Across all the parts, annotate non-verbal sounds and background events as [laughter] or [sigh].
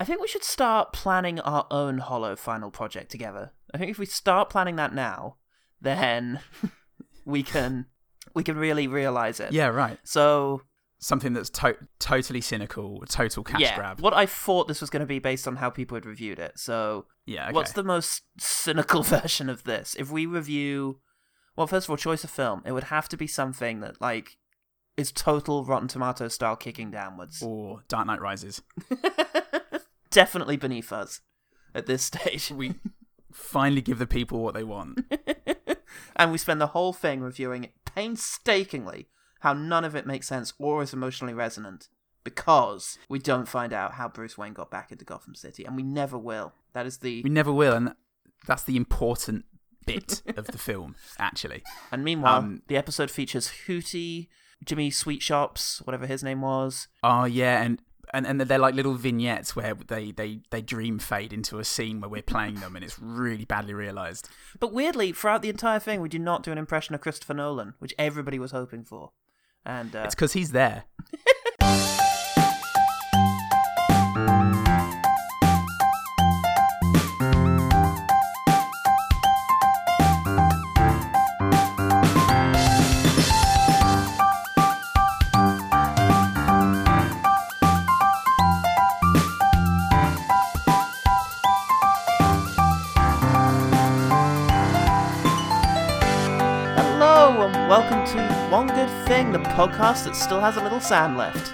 I think we should start planning our own Hollow Final project together. I think if we start planning that now, then [laughs] we can we can really realize it. Yeah, right. So Something that's to- totally cynical, total cash yeah, grab. what I thought this was going to be based on how people had reviewed it. So yeah, okay. what's the most cynical [laughs] version of this? If we review, well, first of all, choice of film, it would have to be something that like is total Rotten Tomato style kicking downwards. or Dark Knight Rises? [laughs] Definitely beneath us at this stage. We finally give the people what [laughs] they want. and we spend the whole thing reviewing it painstakingly how none of it makes sense or is emotionally resonant because we don't find out how Bruce Wayne got back into Gotham City and we never will. That is the We never will, and that's the important bit of the film, actually. and meanwhile um, the episode features Hootie, Jimmy Sweet Shops, whatever his name was. Oh yeah, and and and they're like little vignettes where they they they dream fade into a scene where we're playing them, and it's really badly realized. But weirdly, throughout the entire thing we do not do an impression of Christopher Nolan, which everybody was hoping for. And uh, It's because he's there. Hello and welcome to One Good Thing, the podcast that still has a little sand left.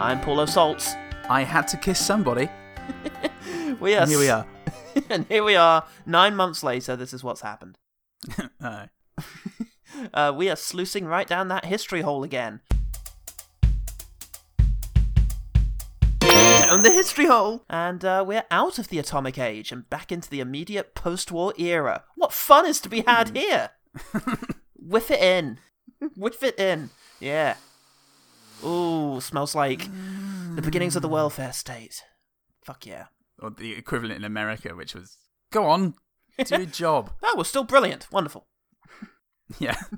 I'm Paulo Salts. I had to kiss somebody. We are And here we are. [laughs] and here we are. Nine months later, this is what's happened. Uh, Uh, we are sluicing right down that history hole again. Down the history hole, and uh, we're out of the atomic age and back into the immediate post-war era. What fun is to be had here? Whiff it in, whiff it in. Yeah. Ooh, smells like the beginnings of the welfare state. Fuck yeah. or the equivalent in America, which was go on, do your job. [laughs] Oh, we're still brilliant. Wonderful. Yeah. [laughs]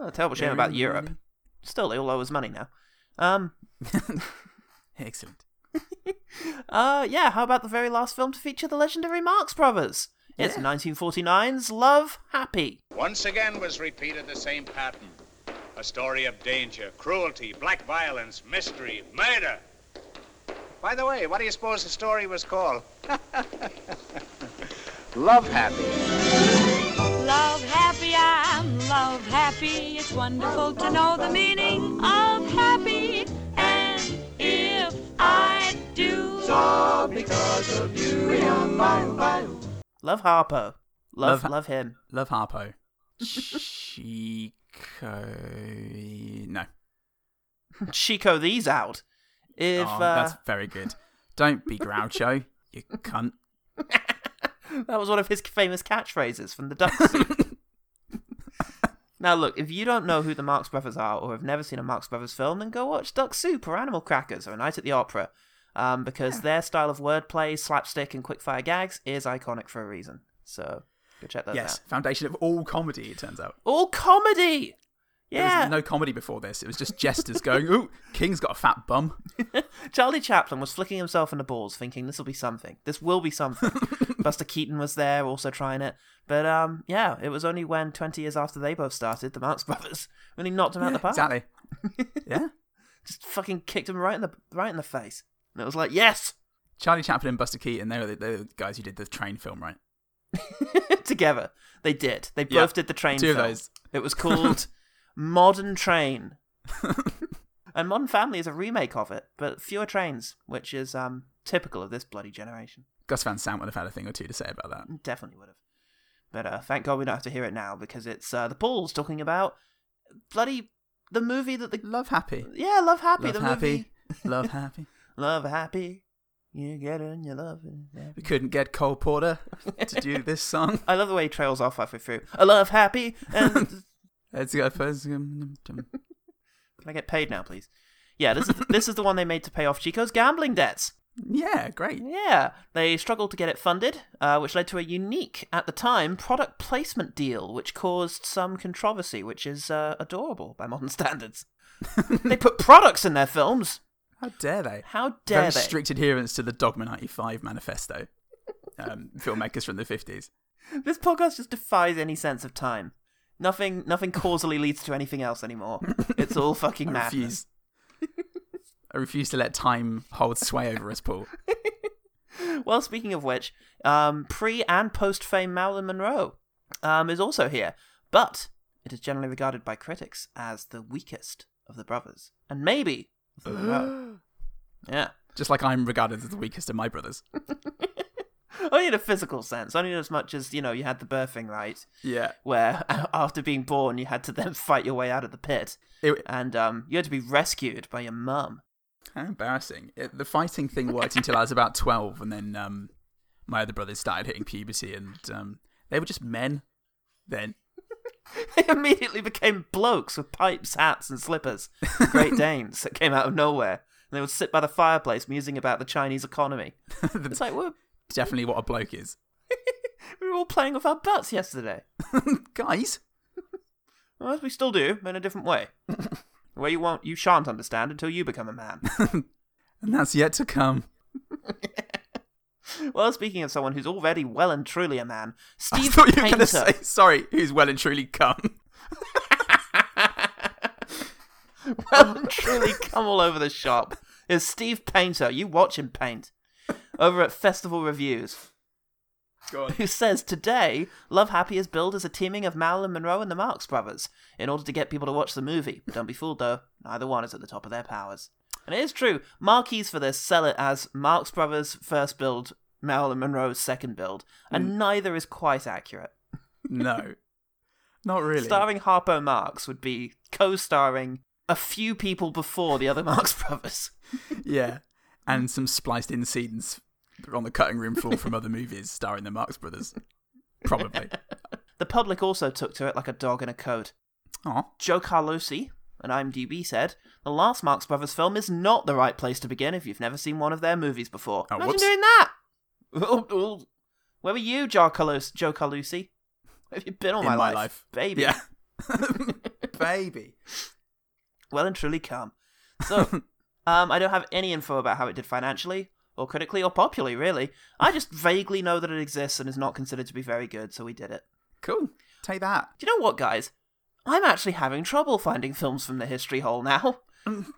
Oh, terrible shame about Europe. Still, they all owe us money now. Um, Excellent. Uh, yeah, how about the very last film to feature the legendary Marx Brothers? It's 1949's Love Happy. Once again was repeated the same pattern. A story of danger, cruelty, black violence, mystery, murder. By the way, what do you suppose the story was called? [laughs] Love Happy. Love happy, I'm love happy. It's wonderful to know the meaning of happy. And if I do, Love Harpo. Love, Love love, Ha- him. Love Harpo. Chico. No. Chico these out. If, oh, uh, that's very good. Don't be Groucho, you cunt. uh, [laughs] that was one of his famous catchphrases from the Ducks. [laughs] now look, if you don't know who the Marx Brothers are or have never seen a Marx Brothers film, then go watch Duck Soup or Animal Crackers or A Night at the Opera. Um, because their style of wordplay, slapstick, and quickfire gags is iconic for a reason. So go check those out. Yes, foundation of all comedy. It turns out All comedy. there Yeah, was no comedy before this. It was just jesters going, "Ooh, King's got a fat bum." Charlie Chaplin was flicking himself in the balls, thinking this will be something. This will be [laughs] something. Buster Keaton was there, also trying it. But um, yeah, it was only when twenty years after they both started, the Marx Brothers [laughs] really knocked him out the park. Exactly. [laughs] yeah. Just fucking kicked him right in the right in the face, and it was like, yes, [laughs] Charlie Chaplin and Buster Keaton. They were, the, they were the guys who did the train film, right? together they did. They Yeah, both did the train. two of film. those. It was [laughs] called Modern Train, and Modern Family is a remake of it, but fewer trains, which is um typical of this bloody generation. Gus Van Sant would have had a thing or two to say about that. Definitely would have. But uh, thank God we don't have to hear it now because it's uh, the Pauls talking about bloody the movie that the Love happy. yeah Love Happy Love the movie happy. Love happy. Love Happy. You get it and you love it. We couldn't get [laughs] Cole Porter to do this song. I love the way he trails off halfway through. I love Happy. [laughs] And Let's go first. That's can I get paid now, please? Yeah, this is this is the one they made to pay off Chico's gambling debts. Yeah, great. Yeah, they struggled to get it funded, uh, which led to a unique, at the time, product placement deal, which caused some [laughs] controversy, which is uh, adorable by modern standards. they put products in their films. How dare they? How dare Very they? strict adherence to the Dogma 95 manifesto. [laughs] Um, filmmakers from the 50s. This podcast just defies any sense of time. Nothing, nothing causally leads to anything else [laughs] anymore. It's all fucking I madness. refuse. I refuse to let time hold sway over [gasps] us, Paul. Well, speaking of which, um, pre and post fame Marilyn Monroe um, is also here, but it is generally regarded by critics as the weakest of the brothers, and maybe of the [gasps] Monroe. Yeah, Just like I'm regarded as the weakest of my brothers. only in a physical sense, only in as much as you know you had the birthing right, Yeah. where [laughs] after being born you had to then fight your way out of the pit, It- and um, you had to be rescued by your mum. How embarrassing. It, the fighting thing worked until I was about 12, and then um, my other brothers started hitting puberty, and um, they were just men then. [laughs] [laughs] They immediately became blokes with pipes, hats, and slippers. [laughs] Great Danes that came out of nowhere. And they would sit by the fireplace musing about the Chinese economy. It's like, we're, Definitely what a bloke is. we were all playing with our butts yesterday. Guys, Well, as we still do, but in a different [laughs] way. the way you won't, you shan't understand until you become a [laughs] man. and that's yet to come. well, speaking of someone who's already well and truly a man, Steve [laughs] I thought you were Painter. going to say, sorry, who's well and truly come. [laughs] well and [laughs] truly come all over the shop is Steve Painter. You watch him paint over at Festival Reviews. Go on. Who says today Love Happy is billed as a teaming of Marilyn Monroe and the Marx Brothers in order to get people to watch the movie. But don't be fooled though, neither one is at the top of their powers. And it is true. Marquees for this sell it as Marx Brothers first build, Marilyn Monroe's second build, and neither is quite accurate. No, not really. Starring Harpo Marx would be co-starring a few people before the other [laughs] Marx Brothers. Yeah, and some spliced in scenes on the cutting room floor from other movies starring the Marx Brothers. [laughs] Probably. The public also took to it like a dog in a coat. Oh, Joe Carlosi, an IMDb said, the last Marx Brothers film is not the right place to begin if you've never seen one of their movies before. Oh, Imagine whoops. doing that! Oh, oh. Where were you, Joe, Carlos- Joe Carlosi? [laughs] Where have you been all in Oh, my, life? life, Baby. Yeah, [laughs] baby. Well and truly [laughs] come. So, um, I don't have any info about how it did financially, or critically, or popularly, really. I just vaguely know that it exists and is not considered to be very good, so we did it. Cool. Take that. Do you know what, guys? I'm actually having trouble finding films from the history hole now.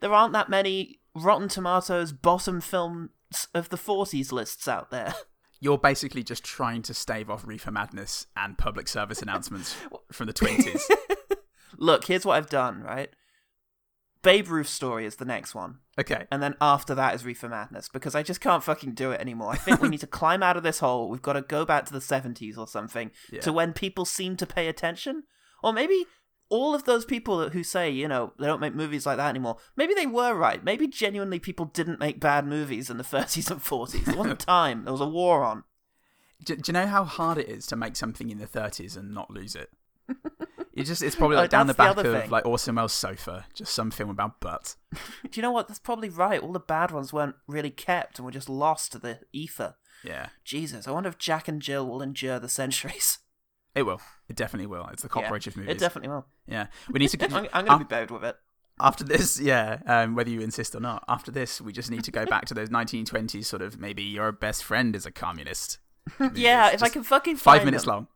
there aren't that many Rotten Tomatoes bottom films of the 40s lists out there. [laughs] You're basically just trying to stave off reefer madness and public service [laughs] announcements from the twenties. Look, here's what I've done, right? Babe Ruth Story is the next one. Okay. And then after that is Reefer Madness, because I just can't fucking do it anymore. I think we [laughs] need to climb out of this hole. We've got to go back to the 70s or something Yeah. to when people seem to pay attention. Or maybe all of those people who say, you know, they don't make movies like that anymore, maybe they were right. Maybe genuinely people didn't make bad movies in the [laughs] 30s and 40s. There [laughs] wasn't time, there was a war on. Do, do you know how hard it is to make something in the 30s and not lose it? It just it's [laughs] probably Oh, like down the that's back the other of thing. like Orson Welles' sofa, just some film about butts. Do you know what? That's probably right. All the bad ones weren't really kept and were just lost to the ether. Yeah, Jesus, I wonder if Jack and Jill will endure the centuries. [laughs] it will. It definitely will. It's the cockroach yeah, of movies. It definitely will. yeah, [laughs] we need to. I'm, I'm Ah. going to be buried [laughs] with it. after this, yeah, um, whether you insist or not, after this, we just need to go back to those 1920s sort of maybe your best friend is a [laughs] communist. Yeah, if I Just can fucking Five find minutes them. long.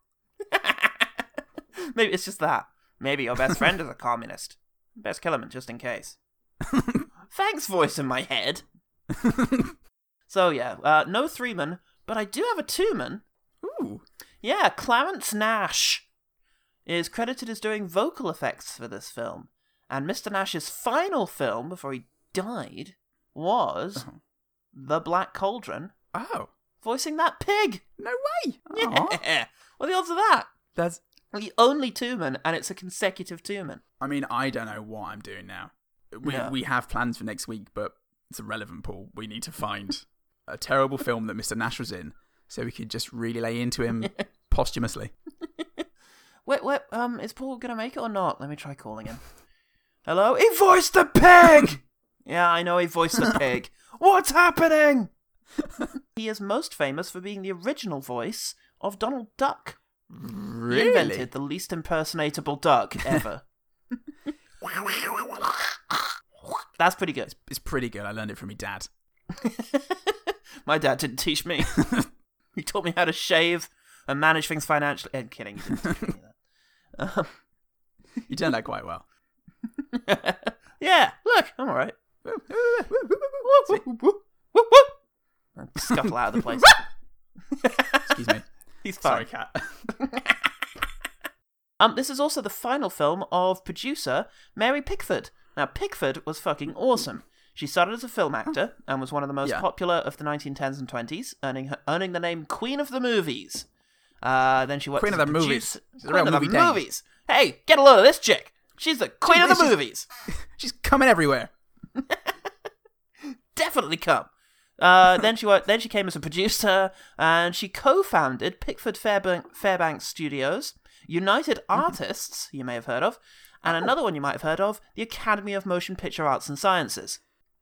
[laughs] Maybe it's just that. Maybe your best friend is a communist. Best kill him just in [laughs] case. Thanks, voice in my head. so yeah, uh, no three man, but I do have a two man. Ooh, Yeah, Clarence Nash is credited as doing vocal effects for this film, and Mr. Nash's final film before he died was Oh. The Black Cauldron, oh, voicing that pig. no way. Aw. [laughs] Yeah. What are the odds of that? That's. The only two man, and it's a consecutive two man. I mean, I don't know what I'm doing now. We Yeah. we have plans for next week, but it's irrelevant, Paul. We need to find [laughs] a terrible film that Mr. Nash was in, so we could just really lay [laughs] into him posthumously. Wait, wait, um, is Paul gonna make it or not? Let me try calling him. Hello? He voiced the [laughs] pig! yeah, I know he voiced the pig. What's happening? [laughs] he is most famous for being the original voice of Donald Duck. He [laughs] Really? invented the [laughs] least impersonatable duck ever. That's pretty good. It's pretty good. I learned it from my dad. [laughs] My dad didn't teach me. he taught me how to shave and manage things financially. I'm [laughs] kidding. He didn't teach me that. Um, You done that quite well. yeah, look, I'm [laughs] all right. See? And Scuffle out of the place. Excuse me. [laughs] He's [laughs] fine. Sorry, cat. [laughs] Um, this is also the final film of producer Mary Pickford. Now, Pickford was fucking awesome. She started as a film actor and was one of the most Yeah. popular of the 1910s and 20s, earning her, earning the name Queen of the Movies. Uh, then she worked Queen as of a the movies. producer- She's a Queen real of the movie dame. movies. Hey, get a load of this chick. She's the queen of this the is- movies. She's coming everywhere. Definitely come. Uh, then she worked. Then she came as a producer, and she co-founded Pickford Fairbank, Fairbanks Studios, United Artists, you may have heard of, and another one you might have heard of, the Academy of Motion Picture Arts and Sciences.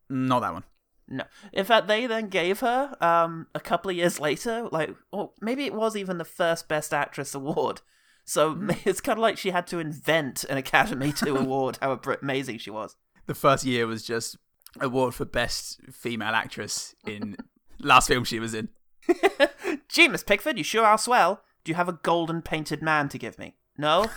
Not that one. No, in fact, they then gave her um, a couple of years later, like, or maybe it was even the first Best Actress award. So [laughs] it's kind of like she had to invent an Academy to award how abr- amazing she was. The first year was just award for best female actress [laughs] in last film she was in. Gee, Miss Pickford, you sure are swell. Do you have a golden painted man to give me? No?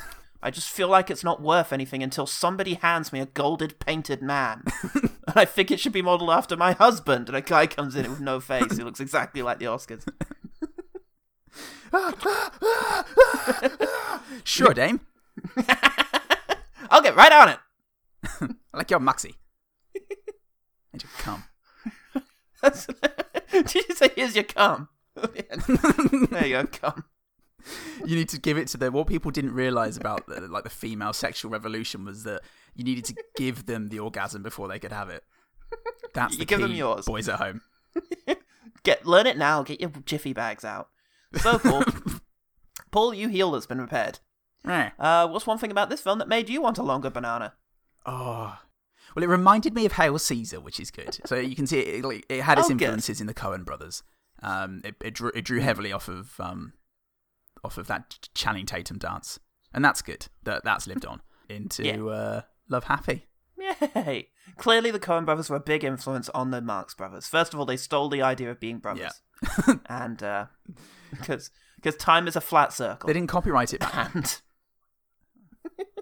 I just feel like it's not worth anything until somebody hands me a golded painted man. and I think it should be modelled after my husband. And a guy comes in with no face who looks exactly like the Oscars. [laughs] Sure, Dame. I'll get right on it. [laughs] I like your Muxie. And you come. That's... Did you say, here's your cum? [laughs] there you go, cum. you need to give it to them. What people didn't realize about the, like the female sexual revolution was that you needed to give them the orgasm before they could have it. That's You the give them key, yours. boys at home. Get Learn it now. Get your jiffy bags out. So, Paul, Paul, you heel that's been repaired. Right. Uh, what's one thing about this film that made you want a longer banana? Oh. Well, it reminded me of Hail Caesar, which is good. So you can see it, it, like, it had its Oh, good. influences in the Cohen brothers. Um, it, it, drew, it drew heavily off of um, off of that Ch- Channing Tatum dance, and that's good. That that's lived on into Yeah. uh, Love Happy. Yay! Clearly, the Coen brothers were a big influence on the Marx brothers. First of all, they stole the idea of being brothers. [laughs] [laughs] and, uh, because time is a flat circle. They didn't copyright it [laughs] back. And,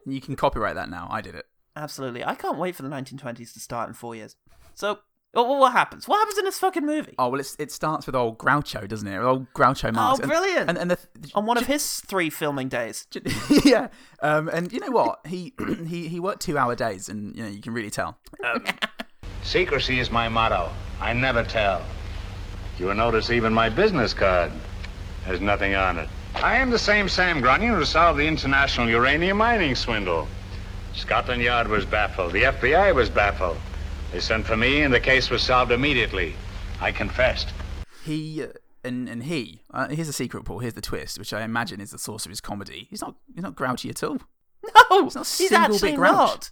you can copyright that now. I did it. absolutely. I can't wait for the 1920s to start in four years. So, what, what happens? What happens in this fucking movie? Oh well, it's, it starts with old Groucho, doesn't it? Old Groucho Marx. And- brilliant. And, and, the, on [laughs] one of his three filming days. yeah, um, and you know what? He [clears throat] he he worked two hour days, and you know you can really tell. Secrecy is my motto. I never tell. You'll notice even my business card has nothing on it. I am the same Sam Grunion who solved the international uranium mining swindle. Scotland Yard was baffled. The FBI was baffled. They sent for me, and the case was solved immediately. I confessed. He uh, and and he. Uh, here's the secret, Paul. Here's the twist, which I imagine is the source of his comedy. He's not he's not grouchy at all. No, not a he's single bit actually not. grouched.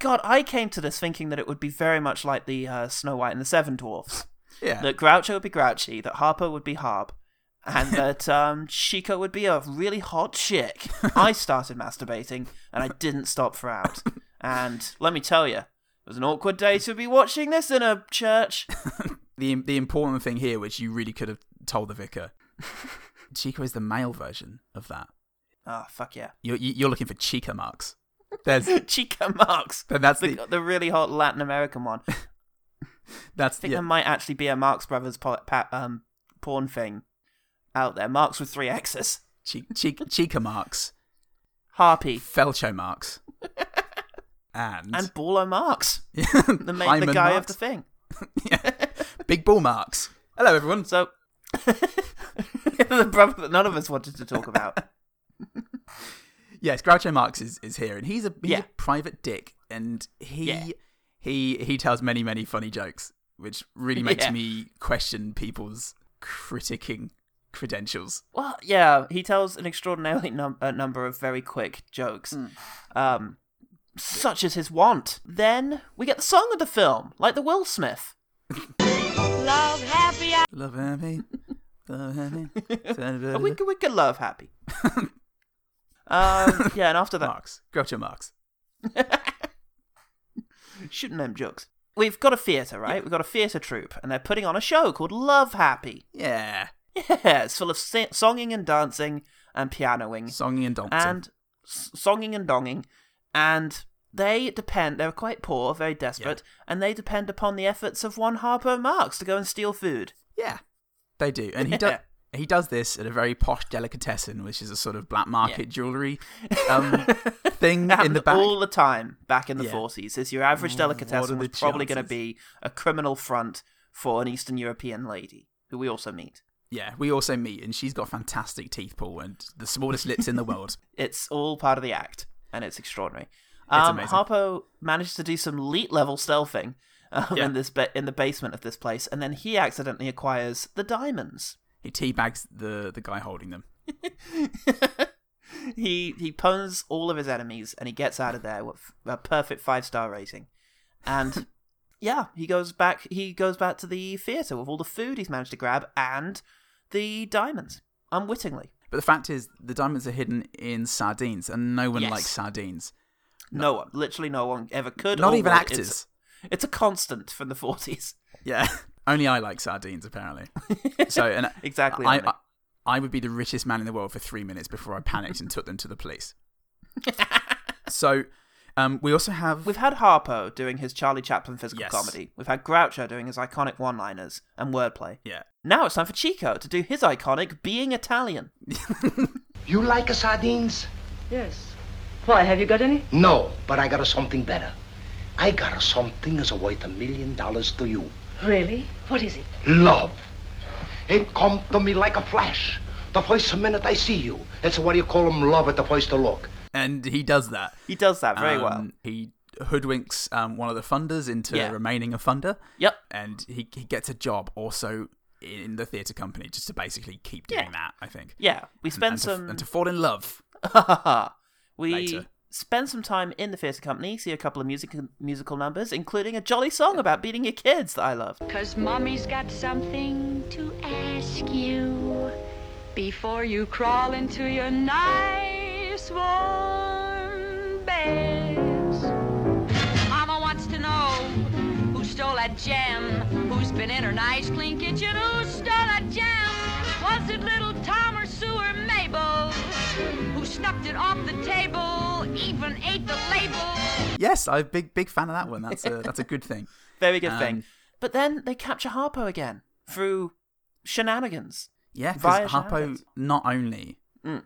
God, I came to this thinking that it would be very much like the uh, Snow White and the Seven Dwarfs. Yeah, that Groucho would be Grouchy, that Harper would be Harp, [laughs] and that um, Chico would be a really hot chick. I started masturbating, and I didn't stop for out. And let me tell you, it was an awkward day to be watching this in a church. the the important thing here, which you really could have told the vicar. [laughs] Chico is the male version of that. Oh, fuck yeah. [laughs] You're you- you're looking for Chica marks. There's Chico Marx, then that's the, the the really hot Latin American one. I that's think yeah. there might actually be a Marx Brothers po- pa- um, porn thing out there. Marx with three X's. Chi- Chi- Chica marks. Harpy [laughs] Felcho Marx. And, and Ballo Marx, [laughs] the, ma- the Hyman guy Marx. of the thing. Big Bull Marx. Hello, [laughs] everyone. So the brother that none of us wanted to talk about. Yes, Groucho Marx is, is here, and he's a he's Yeah. a private dick, and he Yeah. he he tells many many funny jokes, which really makes Yeah. me question people's critiquing credentials. [laughs] Well, yeah, he tells an extraordinary num- uh, number of very quick jokes, um, such is his want. Then we get the song of the film, like the Will Smith. Love happy hour. Love Happy, Love Happy, [laughs] But we could, we could love [laughs] happy. um, yeah, and after that, Marx, Groucho Marx. Shooting them jokes. We've got a theatre, right? We've got a theatre troupe, and they're putting on a show called Love [laughs] Happy. Yeah. Yeah, it's full of si- songing and dancing and pianoing Songing and Dompton. and s- songing and donging, and they depend. They're quite poor, very desperate, and they depend upon the efforts of one Harpo Marx to go and steal food. Yeah, they do, [laughs] and he does. Yeah. He does this at a very posh delicatessen, which is a sort of black market jewelry um, [laughs] thing It in the happened back. all the time back in the Yeah. Mm, 40s. Is your average delicatessen are was the probably going to chances? be a criminal front for an Eastern European lady who we also meet. Yeah, we also meet, and she's got fantastic teeth, Paul, and the smallest lips in the [laughs] world. It's all part of the act, and it's extraordinary. It's Um, amazing. Harpo manages to do some elite level stealthing um, Yeah. in this ba- in the basement of this place, and then he accidentally acquires the diamonds. He teabags the the guy holding them. [laughs] he he puns all of his enemies and he gets out of there with a perfect five star rating and [laughs] yeah he goes back he goes back to the theater with all the food he's managed to grab and the diamonds unwittingly But the fact is, the diamonds are hidden in sardines, and no one Yes. likes sardines. no, one literally no one ever could Not or even would. it's, actors. it's a constant from the 40s Yeah, [laughs] only I like sardines apparently. so, and [laughs] Exactly, I, aren't they? I, I would be the richest man in the world for three minutes before I panicked and took them to the police. [laughs] so, um, we also have we've had harpo doing his charlie chaplin physical Yes. comedy we've had groucho doing his iconic one liners and wordplay yeah. now it's time for chico to do his iconic being italian You like sardines? Yes. Why, have you got any? No, but I got us something better. I got us something that's worth a million dollars to you. Really? What is it? Love. It come to me like a flash. The first minute I see you. It's what you call 'em love at the first look. and he does that he does that very Um, well He hoodwinks um, one of the funders into Yeah. remaining a funder. Yep. and he he gets a job also in the theatre company just to basically keep doing Yeah. that. I think. yeah we spend and to, some [laughs] and to fall in love. we Later. spend some time in the theatre company, see a couple of music- musical numbers, including a jolly song about beating your kids that I loved. Cause mommy's got something to ask you before you crawl into your nice warm beds. Mama wants to know who stole a gem, who's been in her nice clean kitchen, who stole a gem. Was it little Tom or Sue or Mabel who snuffed it off the table, even ate the label? Yes, I'm a big big fan of that one. That's a that's a good thing. Very good Um, thing. But then they capture Harpo again through shenanigans. Yeah, because Via Mm. Harpo shenanigans. not only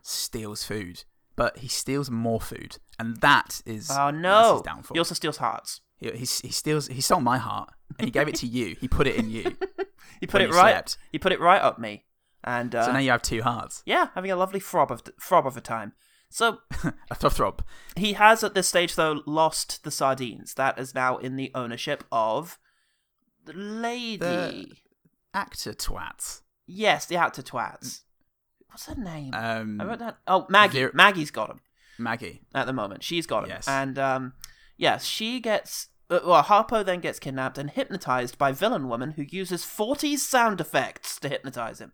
steals food, but he steals more food, and that is Oh that's his no! downfall. He also steals hearts. He, he, he steals. He stole my heart, and he gave it to you. He put it [laughs] in you. He put When it you right. slept. He put it right up me, and uh, So now you have two hearts. [laughs] yeah, having a lovely throb of throb of a time. So A throb throb. He has at this stage though lost the sardines. That is now in the ownership of the lady. The- Actor twat. Yes, the actor twats. What's her name? I wrote Mm. Um, that. Oh, Maggie. Vera- Maggie's got him Maggie. at the moment. She's got him, Yes. and um, yes, she gets. uh, Well, Harpo then gets kidnapped and hypnotized by villain woman who uses 40s sound effects to hypnotize him.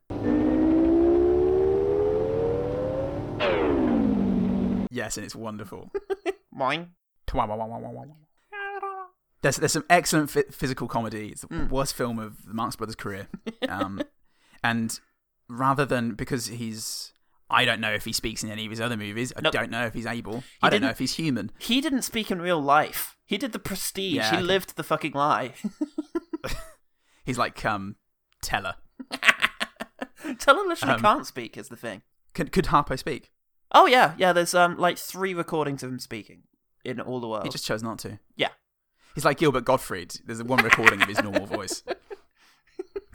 Yes, and it's wonderful. Boing. There's, there's some excellent phy- physical comedy. It's the Mm. worst film of the Marx Brothers' [laughs] career. Um, and rather than because he's, I don't know if he speaks in any of his other movies. I Nope. don't know if he's able. I don't know didn't- if he's human. He didn't speak in real life. He did the prestige. Yeah, he okay. lived the fucking lie. He's like um, Teller. [laughs] Teller literally Um, can't speak is the thing. Could could Harpo speak? Oh yeah, yeah. There's um like three recordings of him speaking in all the world. He just chose not to. Oh. Yeah, He's like Gilbert Gottfried. There's one recording of his [laughs] normal voice.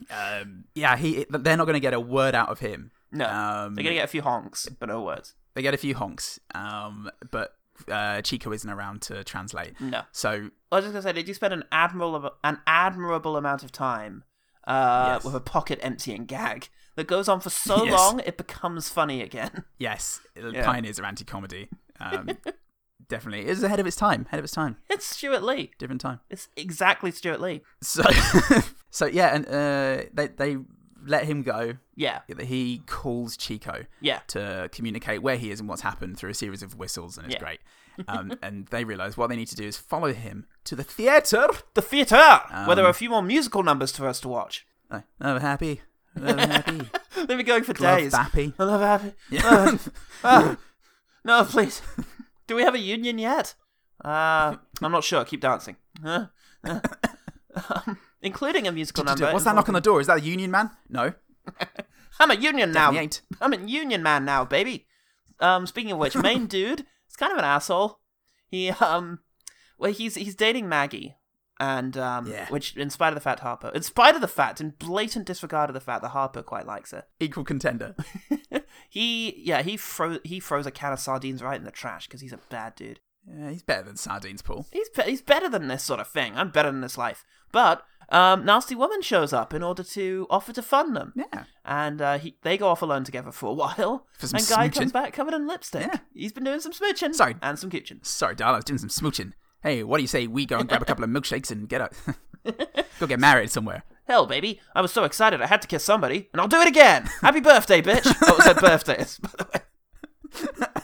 Um, yeah, he. They're not going to get a word out of him. no. Um, They're gonna get a few honks, but no words. They get a few honks, um, but uh, Chico isn't around to translate. No. So I was just gonna say they do spend an admirable an admirable amount of time uh Yes. with a pocket emptying gag that goes on for so Yes. long it becomes funny again. [laughs] yes, the Yeah. pioneers of anti-comedy. Um, [laughs] definitely, it was ahead of its time. Ahead of its time, It's Stuart Lee. different time. [laughs] It's exactly Stuart Lee. So, so yeah, and uh, they they let him go. Yeah. that He calls Chico Yeah. to communicate where he is and what's happened through a series of whistles, and it's Yeah. [laughs] great. Um, and they realize what they need to do is follow him to the theater. The theatre, where Um, there are a few more musical numbers for us to watch. Oh, never happy, [laughs] never happy. They've been going for Love days. Bappy. I love Happy. Yeah. [laughs] Ah. No, please. [laughs] Do we have a union yet? [laughs] Uh, I'm not sure. Keep dancing. Huh? Huh? [laughs] Um, including a musical number. What's that knock on the door? Is that a union man? No, I'm a union now. he ain't. [laughs] I'm a union man now, baby. Um, speaking of which, [laughs] main dude is kind of an asshole. He um, well, he's he's dating Maggie, and um, Yeah. which in spite of the fact Harper, in spite of the fact, in blatant disregard of the fact that Harper quite likes her, Equal contender. [laughs] he yeah he froze he froze a can of sardines right in the trash because he's a bad dude. Yeah, he's better than sardines, Paul. He's be- he's better than this sort of thing. I'm better than this life. But um, nasty woman shows up in order to offer to fund them. Yeah. and uh, he, they go off alone together for a while. For some and guy smooching. comes back covered in lipstick. Yeah. He's been doing some smooching. Sorry. and some cooching. Sorry, darling, I was doing some smooching. Hey, what do you say we go and grab a couple of milkshakes and get out? [laughs] go get married somewhere. Hell, baby, I was so excited I had to kiss somebody, and I'll do it again. Happy birthday, [laughs] bitch. That was her birthday, it's- by the way.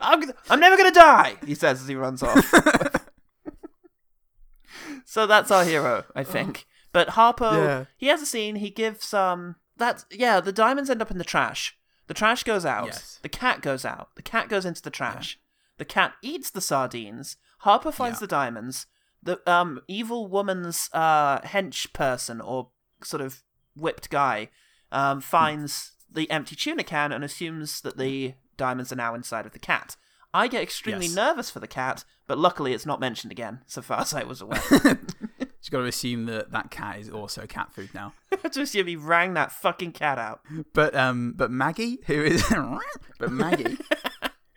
I'm, gonna- I'm never gonna die, he says as he runs off. [laughs] so that's our hero, I think. But Harpo, Yeah. he has a scene. He gives um that yeah. The diamonds end up in the trash. The trash goes out. Yes. The cat goes out. The cat goes into the trash. The cat eats the sardines. Harper finds Yeah. the diamonds. The um evil woman's uh hench person or sort of whipped guy Hmm. um finds the empty tuna can and assumes that the diamonds are now inside of the cat. I get extremely Yes. nervous for the cat, but luckily it's not mentioned again, so far as I was aware. [laughs] [laughs] Just got to assume that that cat is also cat food now. to assume he rang that fucking cat out. But um, but Maggie, who is, [laughs] [laughs] but Maggie,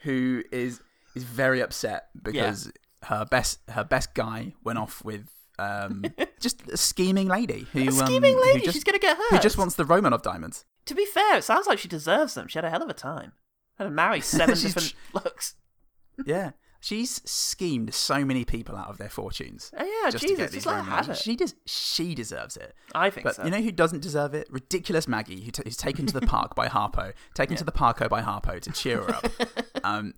who is is very upset because her best her best guy went off with [laughs] um just a scheming lady who A um, scheming who lady, just- she's gonna get hurt. who just wants the Romanov diamonds. To be fair, it sounds like she deserves them. She had a hell of a time. Had to [laughs] marry seven She's different looks. Yeah. She's schemed so many people out of their fortunes. Oh, yeah, just Jesus, to get just these let her Romanov. have it. She does. She deserves it. I think but so. you know who doesn't deserve it? Ridiculous Maggie, who t- who's [laughs] taken to the park by Harpo, taken to the parko by Harpo to cheer her [laughs] up. um,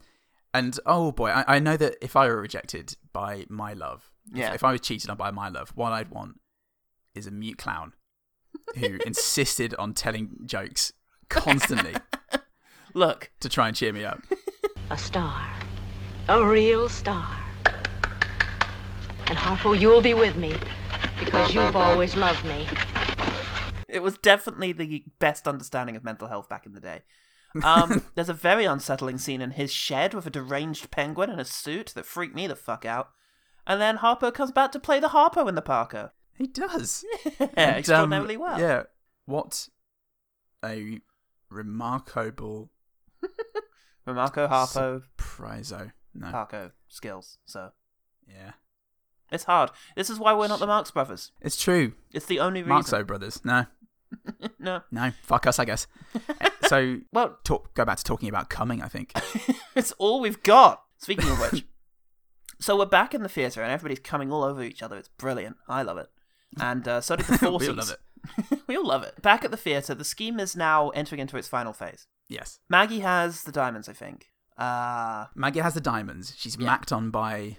and oh boy, I, I know that if I were rejected by my love, if- Yeah. if, I was cheated on by my love, what I'd want is a mute clown [laughs] who insisted on telling jokes constantly Look, to try and cheer me [laughs] up. A star. A real star. And Harpo, you'll be with me because you've always loved me. it was definitely the best understanding of mental health back in the day. [laughs] Um, there's a very unsettling scene in his shed with a deranged penguin in a suit that freaked me the fuck out. And then Harpo comes back to play the Harpo in the [laughs] Parker. He does. Yeah, And, um, extraordinarily well. Yeah. What a remarkable Remarco, Harpo, prizo. No. Parko skills. So Yeah. it's hard. This is why we're not the Marx Brothers. It's true. It's the only reason. Marxo brothers. No. [laughs] No. No. Fuck us, [laughs] I guess. so Well, talk go back to talking about coming, I think. [laughs] it's all we've got. Speaking of which, [laughs] so we're back in the theatre and everybody's coming all over each other. It's brilliant. I love it. And uh, [laughs] so did the 40s. We all love it. [laughs] we all love it. Back at the theatre, the scheme is now entering into its final phase. Yes. Maggie has the diamonds, I think. Uh, Maggie has the diamonds. She's macked on by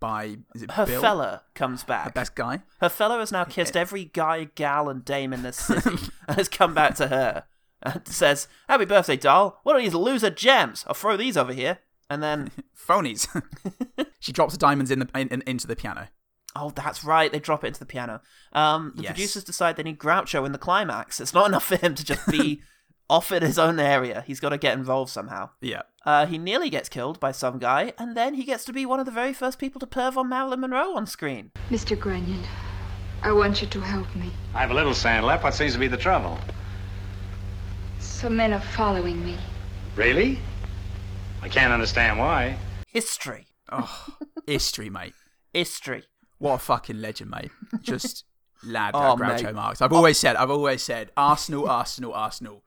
by is it her Bill? fella comes Her back. best guy. Her fella has [laughs] now kissed every guy, gal, and dame in this city [laughs] and has come back to her and says, Happy birthday, doll. What are these loser gems? I'll throw these over here. And then, [laughs] Phonies. [laughs] she drops the diamonds in the in, in, into the piano. oh, that's right, they drop it into the piano. Um, the Yes. producers decide they need Groucho in the climax. It's not [laughs] enough for him to just [laughs] be off in his own area. He's got to get involved somehow. Yeah. [laughs] Uh, he nearly gets killed by some guy, and then he gets to be one of the very first people to perv on Marilyn Monroe on screen. Mr. Grenion, I want you to help me. I have a little sand left. What seems to be the trouble? Some men are following me. Really? I can't understand why. History. Oh, history, mate. History. What a fucking legend, mate. [laughs] Just lad Oh, down Groucho mate. Marx. I've always said, I've always said, Arsenal, Arsenal, Arsenal,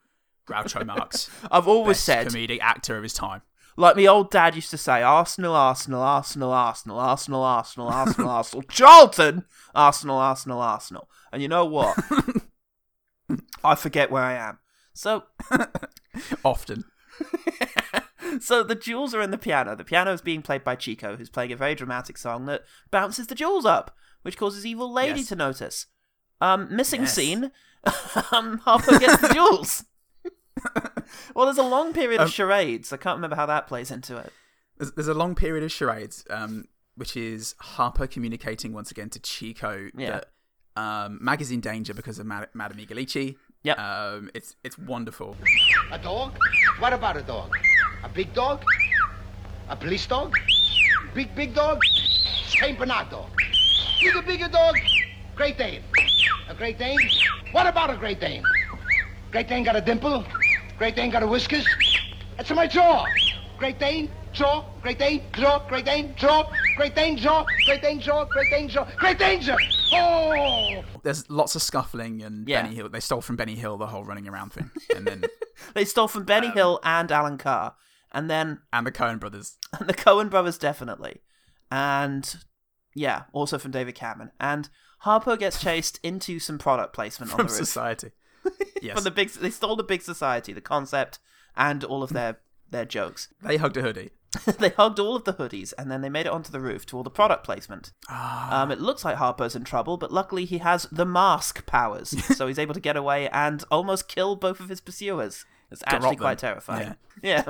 Groucho Marx. I've [laughs] always Best said comedic actor of his time. Like my old dad used to say, Arsenal, Arsenal, Arsenal, Arsenal, Arsenal, Arsenal, Arsenal, [laughs] Arsenal, Charlton, Arsenal, Arsenal, Arsenal. And you know [laughs] what? I forget where I am. So, Often. [laughs] so the jewels are in the piano. The piano is being played by Chico, who's playing a very dramatic song that bounces the jewels up, which causes Evil Lady Yes. to notice. Um, missing Yes. scene. [laughs] um, Harpo gets the [laughs] jewels. well, there's a long period Um, of charades. I can't remember how that plays into it. There's, there's a long period of charades, um, which is Harper communicating once again to Chico Yeah. that um, Mag is in danger because of Mad- Madame Igalici. Yep. Um, it's it's wonderful. A dog? What about a dog? A big dog? A police dog? Big, big dog? Saint Bernard dog? Bigger, bigger dog? Great Dane? A Great Dane? What about a Great Dane? Great Dane got a dimple? Great Dane got a whiskers? That's my jaw! Great Dane, jaw, Great Dane, jaw, Great Dane, jaw, Great Dane, jaw, Great Dane, jaw, Great Dane, jaw, Great Danger! Oh! There's lots of scuffling and Yeah. Benny Hill. They stole from Benny Hill the whole running around thing, and then They stole from um, Benny Hill and Alan Carr, and then [laughs] and the Cohen brothers. the Cohen brothers definitely, and yeah, also from David Cameron. And Harpo gets chased into some product placement on from the roof. [laughs] society. yes, From the big, they stole the big society, the concept, and all of their their jokes. [laughs] they hugged a hoodie. they hugged all of the hoodies, and then they made it onto the roof to all the product placement. Ah. Um, it looks like Harper's in trouble, but luckily he has the mask [laughs] powers, so he's able to get away and almost kill both of his pursuers. It's actually rob quite them. terrifying. [laughs] Yeah.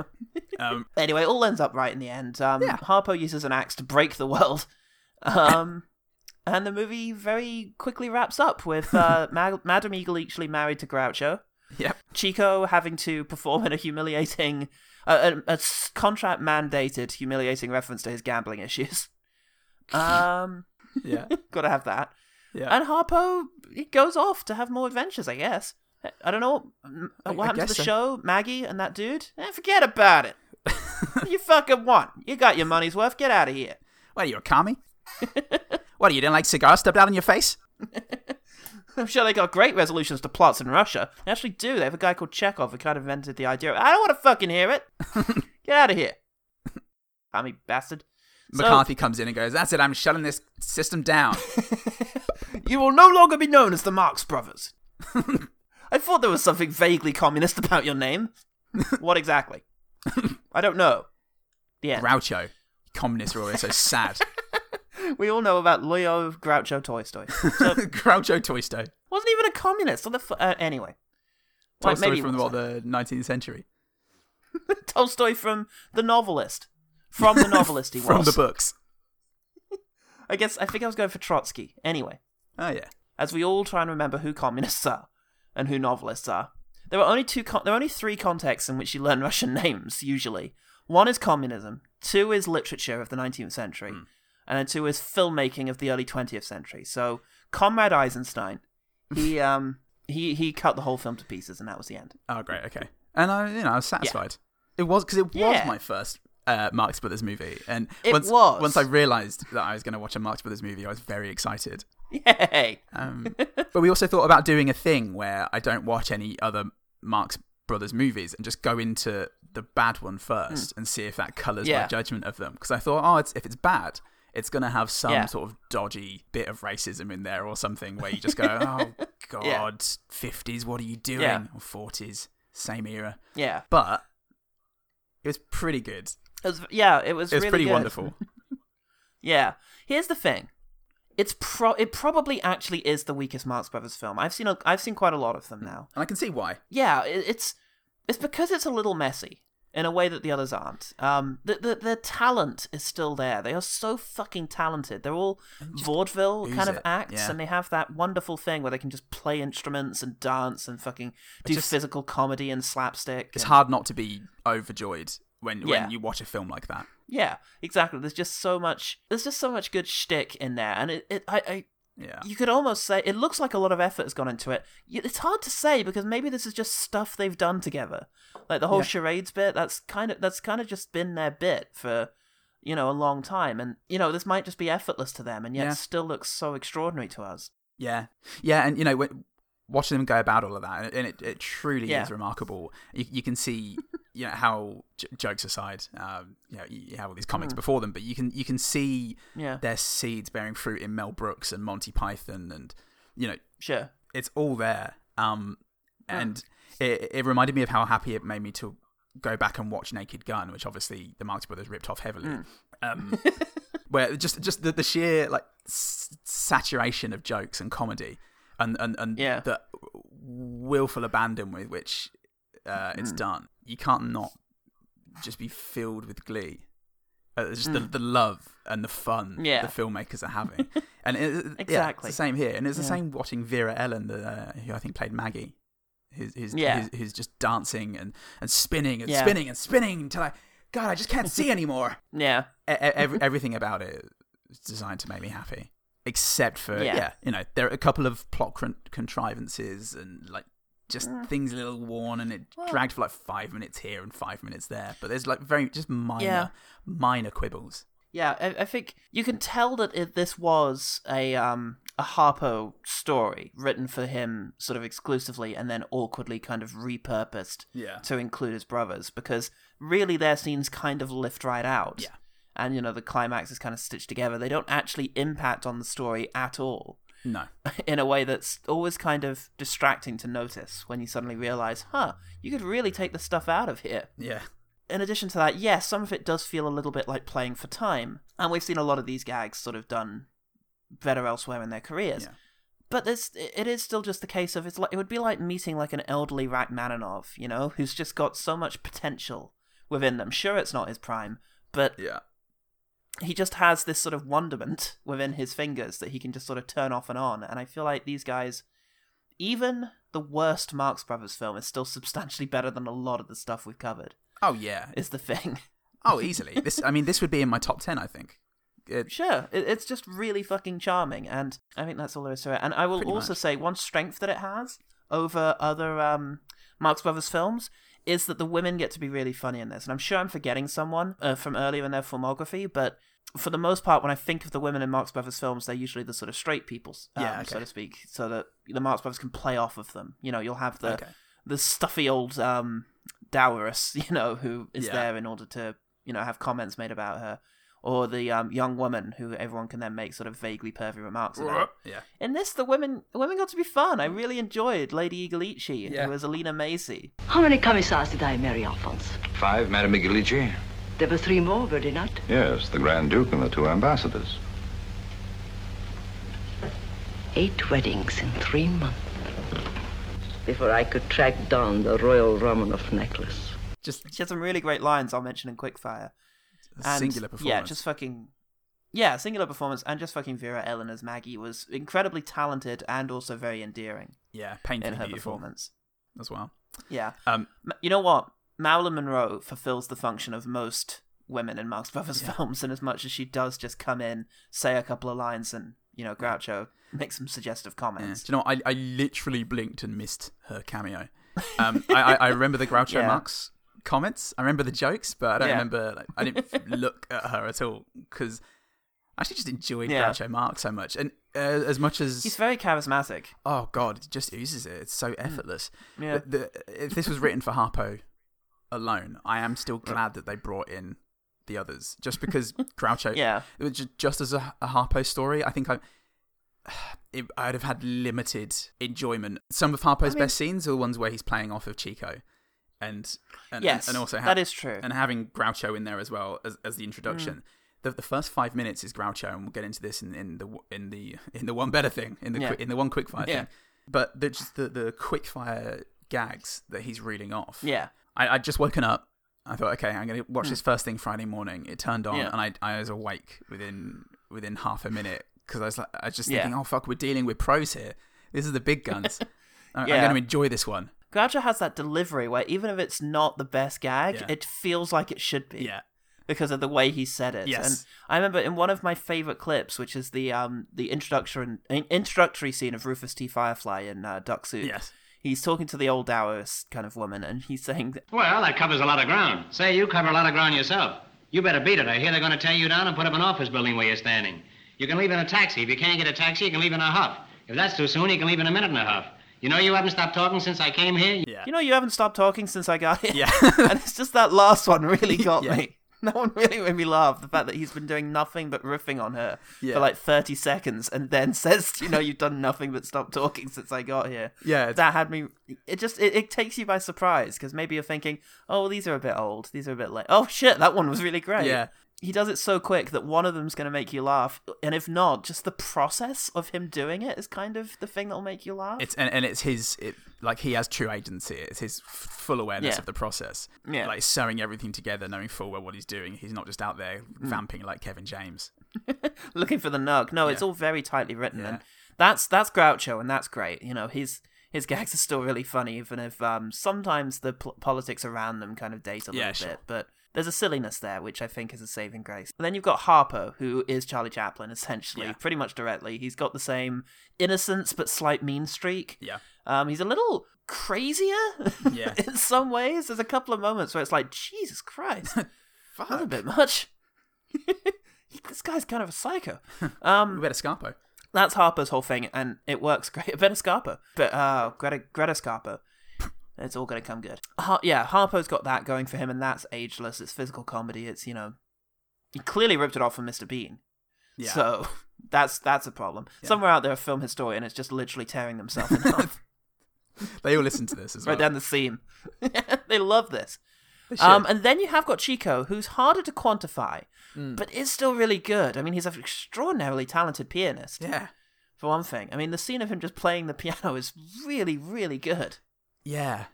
Um, anyway, all ends up right in the end. Um, Yeah. Harpo uses an axe to break the world. [laughs] Um, and the movie very quickly wraps up with [laughs] uh, Ma- Madame Eagle actually married to Groucho. Yep. Chico having to perform in a humiliating, uh, a, a s- contract mandated humiliating reference to his gambling [laughs] issues. Um, Yeah. gotta have that. Yeah. And Harpo he goes off to have more adventures, I guess. I- I don't know mm, I- what I happened to guess the so. show, Maggie and that dude. Eh, forget about [laughs] it. What do you fucking want? You got your money's worth. Get out of here. What are you, a commie? [laughs] what are you, didn't like cigars stepped out in your face? I'm sure they got great resolutions to plots in Russia. They actually do. They have a guy called Chekhov who kind of invented the idea. Of, I don't want to fucking hear [laughs] it. Get out of here, commie bastard. So- McCarthy comes in and goes, that's it, I'm shutting this system down. You will no longer be known as the Marx [laughs] Brothers. I thought there was something vaguely communist about your name. what [laughs] exactly? I don't know. [laughs] Yeah, Groucho. Communists are [laughs] always so sad. we all know about Leo Groucho [laughs] Tolstoy. So, Groucho Toystoy. wasn't even a communist. What the fu- uh, anyway? Well, Tolstoy maybe he from the, uh, was. what, the 19th century. [laughs] Tolstoy from the novelist. From [laughs] [laughs] the novelist, he From was. the books. I guess I think I was going for Trotsky. Anyway, Oh, yeah. as we all try and remember who communists are and who novelists are, there are only two. Con- there are only three contexts in which you learn [laughs] Russian names. Usually, one is communism, two is literature of the 19th century, Hmm. and then two is filmmaking of the early 20th century. So, Comrade Eisenstein, [laughs] he um he he cut the whole film to pieces, and that was the end. [laughs] Oh, great, okay. And I, you know, I was satisfied. It was, because it Yeah. was my first uh, Marx Brothers movie. And It once, was. once I realised that I was going to watch a Marx Brothers movie, I was very excited. Yay! [laughs] Um, but we also thought about doing a thing where I don't watch any other Marx Brothers movies and just go into the bad one first and see if that colours my Hmm. Yeah. judgment of them. Because I thought, oh, it's, if it's bad, it's going to have some Yeah. sort of dodgy bit of racism in there or something where you just go, [laughs] oh, God, 50s, what are you doing? Yeah. Or 40s, same era. Yeah, But it was pretty good. it was, yeah, it was. It was really pretty good. [laughs] wonderful. Yeah. Here's the thing. It's pro. It probably actually is the weakest Marx Brothers film. I've seen. A, I've seen quite a lot Hmm. of them now. And I can see why. Yeah. It, it's. It's because it's a little messy in a way that the others aren't. Um. The the, the talent is still there. They are so fucking talented. They're all vaudeville ooze kind of it, acts, yeah. and they have that wonderful thing where they can just play instruments and dance and fucking do just- physical comedy and slapstick. It's and- hard not to be overjoyed when, Yeah. when you watch a film like that. Yeah. Exactly. There's just so much. There's just so much good shtick in there, and it. it I. I Yeah. you could almost say it looks like a lot of effort has gone into it. Y- It's hard to say because maybe this is just stuff they've done together, like the whole Yeah. charades bit. That's kind of that's kind of just been their bit for you know a long time, and you know this might just be effortless to them, and yet Yeah. still looks so extraordinary to us. Yeah, yeah, and you know, w- watching them go about all of that, and it, it truly Yeah. is remarkable. You, you can see, you- you know how j- jokes aside, um, you know you you have all these comics before them, but you can you can see Hmm. Yeah. their seeds bearing fruit in Mel Brooks and Monty Python, and you know Sure. it's all there. Um, and it, it reminded me of how happy it made me to go back and watch Naked Gun, which obviously the Marx Brothers ripped off heavily. Mm. [laughs] Um, where just just the, the sheer like s- saturation of jokes and comedy, and and and Yeah. the willful abandon with which uh, Mm. it's done. You can't not just be filled with glee. Uh, it's just the, the love and the fun Mm. Yeah. the filmmakers are having, [laughs] and it, yeah, it's Exactly. the same here. And it's the same watching Vera Ellen, the, uh, who I think played Maggie, who's who's, Yeah. who's, who's just dancing and, and spinning and Yeah. spinning and spinning until I, God, I just can't see anymore. [laughs] Yeah. E- e- every, everything about it is designed to make me happy, except for yeah. Yeah. you know, there are a couple of plot con- contrivances and like just Mm. things a little worn and it dragged for like five minutes here and five minutes there. But there's like very just minor Yeah. minor quibbles. Yeah, I, I think you can tell that it, this was a um a Harpo story written for him sort of exclusively and then awkwardly kind of repurposed Yeah. to include his brothers because really their scenes kind of lift right out. Yeah. And you know the climax is kind of stitched together. They don't actually impact on the story at all [laughs] No. in a way that's always kind of distracting to notice when you suddenly realize, "Huh, you could really take the stuff out of here." Yeah. in addition to that, yes, some of it does feel a little bit like playing for time, and we've seen a lot of these gags sort of done better elsewhere in their careers. Yeah. But this, it is still just the case of it's like it would be like meeting like an elderly Rachmaninoff, you know, who's just got so much potential within them. Sure, it's not his prime, but Yeah. he just has this sort of wonderment within his fingers that he can just sort of turn off and on. And I feel like these guys, even the worst Marx Brothers film, is still substantially better than a lot of the stuff we've covered. Oh yeah. Is the thing. [laughs] Oh easily. this I mean this would be in my top ten. I think. It, sure it, it's just really fucking charming and i think that's all there is to it and i will Pretty also much. say one strength that it has over other um marx brothers films is that the women get to be really funny in this and i'm sure i'm forgetting someone uh, from earlier in their filmography but for the most part when i think of the women in marx brothers films they're usually the sort of straight people um, Yeah, so okay. to speak so that the marx brothers can play off of them you know you'll have the Okay. the stuffy old um doweress, [laughs] you know, who is Yeah. there in order to, you know, have comments made about her, or the um, young woman who everyone can then make sort of vaguely pervy remarks about. Yeah. In this, the women the women got to be fun. I really enjoyed Lady Igalici, Yeah. who was Alina Macy. How many commissars did I marry, Alphonse? Five, Madame Igalici? There were three more, were there not? Yes, the Grand Duke and the two ambassadors. Eight weddings in three months. Before I could track down the royal Romanov necklace. Just She had some really great lines I'll mention in Quickfire. a singular Yeah, performance. just fucking. Yeah, singular performance, and just fucking Vera Ellen as Maggie was incredibly talented and also very endearing yeah, in painfully her beautiful performance. as well. Yeah. Um, Ma- You know what? Marilyn Monroe fulfills the function of most women in Marx Brothers films, in as much as she does just come in, say a couple of lines, and you know, Groucho make some suggestive Yeah. comments. Do you know what? I, I literally blinked and missed her cameo. Um, I, I, I remember the [laughs] Groucho Yeah. Marx comments. I remember the jokes, but I don't Yeah. remember. Like, I didn't [laughs] f- look at her at all because I actually just enjoyed Yeah. Groucho Marx so much, and uh, as much as He's very charismatic. oh god, it just oozes it. It's so effortless. Hmm. Yeah. The- the- if this was written for Harpo alone, I am still glad that they brought in the others, just because [laughs] Groucho. Yeah. it was ju- just as a, a Harpo story, I think I. [sighs] It, I'd have had limited enjoyment. Some of Harpo's best scenes are the ones where he's playing off of Chico, and and, Yes, and also that is true. Hmm. And having Groucho in there as well as, as the introduction. The, the first five minutes is Groucho, and we'll get into this in, in the in the in the one better thing in the Yeah. qui- in the one quick fire Yeah. thing. But the, just the the quick fire gags that he's reeling off. Yeah. Hmm. I, I'd just woken up. I thought, okay, I'm going to watch this first thing Friday morning. It turned on, Yeah. and I I was awake within within half a minute because I was like, I was just Yeah. thinking, oh fuck, we're dealing with pros here. This is the [laughs] big guns. I- I'm Yeah. going to enjoy this one. Groucho has that delivery where even if it's not the best gag, Yeah. it feels like it should be. Yeah, because of the way he said it. Yes. And I remember in one of my favorite clips, which is the um the introduction in- introductory scene of Rufus T. Firefly in uh, Duck Soup. Yes. He's talking to the old Taoist kind of woman, and he's saying, Well, that covers a lot of ground. Say, you cover a lot of ground yourself. You better beat it. I hear they're going to tear you down and put up an office building where you're standing. You can leave in a taxi. If you can't get a taxi, you can leave in a huff. If that's too soon, you can leave in a minute and a huff. You know you haven't stopped talking since I came here. Yeah. You know, you haven't stopped talking since I got here. Yeah. [laughs] and it's just that last one [laughs] really got Yeah. me. That one really made me laugh. The fact that he's been doing nothing but riffing on her Yeah. for like 30 seconds and then [laughs] says, you know, you've done nothing but stop talking since I got here. Yeah, it's- That had me. It just, it, it takes you by surprise because maybe you're thinking, oh, these are a bit old. These are a bit late. Oh, shit, that one was really great. Yeah. He does it so quick that one of them's going to make you laugh. And if not, just the process of him doing it is kind of the thing that'll make you laugh. It's and, and it's his it, like he has true agency. It's his f- full awareness Yeah. of the process. Yeah. Like sewing everything together, knowing full well what he's doing. He's not just out there Hmm. vamping like Kevin James. looking for the nug. No, it's all very tightly written, and Yeah. that's that's Groucho, and that's great. You know, his his [laughs] gags are still really funny, even if um, sometimes the pl- politics around them kind of date a little Yeah, bit. sure. But there's a silliness there, which I think is a saving grace. And then you've got Harpo, who is Charlie Chaplin, [laughs] essentially, Yeah. pretty much directly. He's got the same innocence but slight mean streak. Yeah. Um, he's a little crazier [laughs] Yeah. in some ways. There's a couple of moments where it's like, Jesus [laughs] Christ, that was a bit much. [laughs] this guy's kind of a psycho. We better Scarpo. That's Harper's whole thing, and it works great. [laughs] Better Scarpa, but uh, Greta Greta Scarpa. It's all gonna come good. Har- yeah, Harpo's got that going for him, and that's ageless. It's physical comedy. It's you know, he clearly ripped it off from Mr. Bean. Yeah. So [laughs] that's that's a problem. Somewhere out there, a film historian is just literally tearing [laughs] themselves in half they all listen to this as [laughs] well. right down the seam. they love this. They should. Um, and then you have got Chico, who's harder to quantify, Mm. but is still really good. I mean, he's an extraordinarily talented pianist yeah. for one thing. I mean, the scene of him just playing the [laughs] piano is really, really good. Yeah.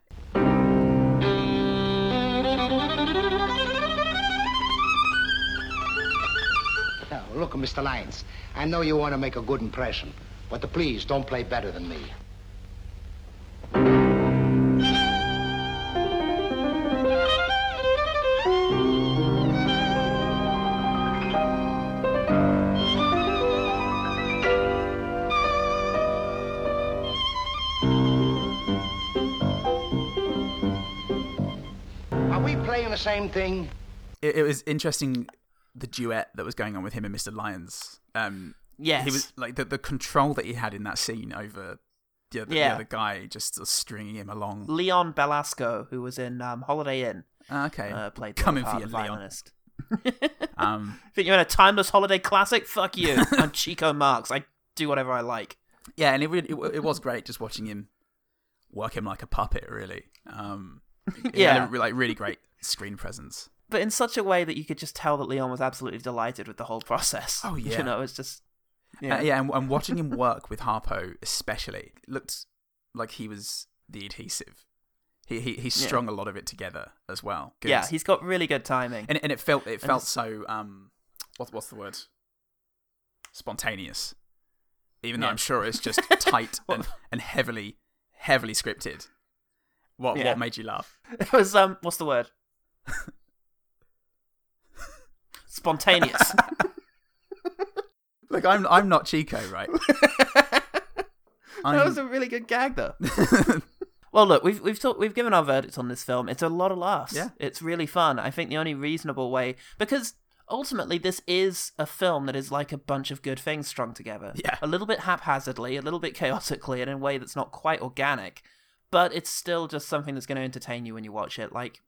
Now, look, Mr. Lyons, I know you want to make a good impression, but please don't play better than me. Are we playing the same thing? It, it was interesting the duet that was going on with him and Mr. Lyons. Um, Yes. he was like the the control that he had in that scene over the other, Yeah. the other guy, just sort of stringing him along. Leon Belasco, who was in um, Holiday Inn, Ah, Okay, uh, played the coming part for you, of Leon. violinist. Um, [laughs] Think you're in a timeless holiday classic? Fuck [laughs] you. I'm Chico Marx. I do whatever I like. yeah, and it really it, wa- it was great just watching him work him like a puppet. Really, [laughs] um, he had Yeah. a, re- like really great screen presence. But in such a way that you could just tell that Leon was absolutely delighted with the whole process. Oh, [laughs] yeah. You know, it's just. Yeah, Yeah. Uh, yeah and, and watching him work with Harpo especially it looked like he was the adhesive. He he, he Yeah. strung a lot of it together as well. 'cause- Yeah, he's got really good timing. and and it felt it felt it's- so um what what's the word spontaneous, even though Yeah. I'm sure it's [laughs] just tight and, and heavily heavily scripted. What Yeah. what made you laugh? [laughs] It was um, what's the [laughs] word? Spontaneous. Look, I'm I'm not Chico, [laughs] right? that [laughs] [laughs] I'm- was a really good gag, though. Well, look, we've we've talked, we've given our verdict on this film. It's a lot of laughs. Yeah. it's really fun. I think the only reasonable way because ultimately this is a film that is like a bunch of good things strung together. Yeah. a little bit haphazardly, a little bit chaotically, and in a way that's not quite organic, but it's still just something that's going to entertain you when you watch it. Like,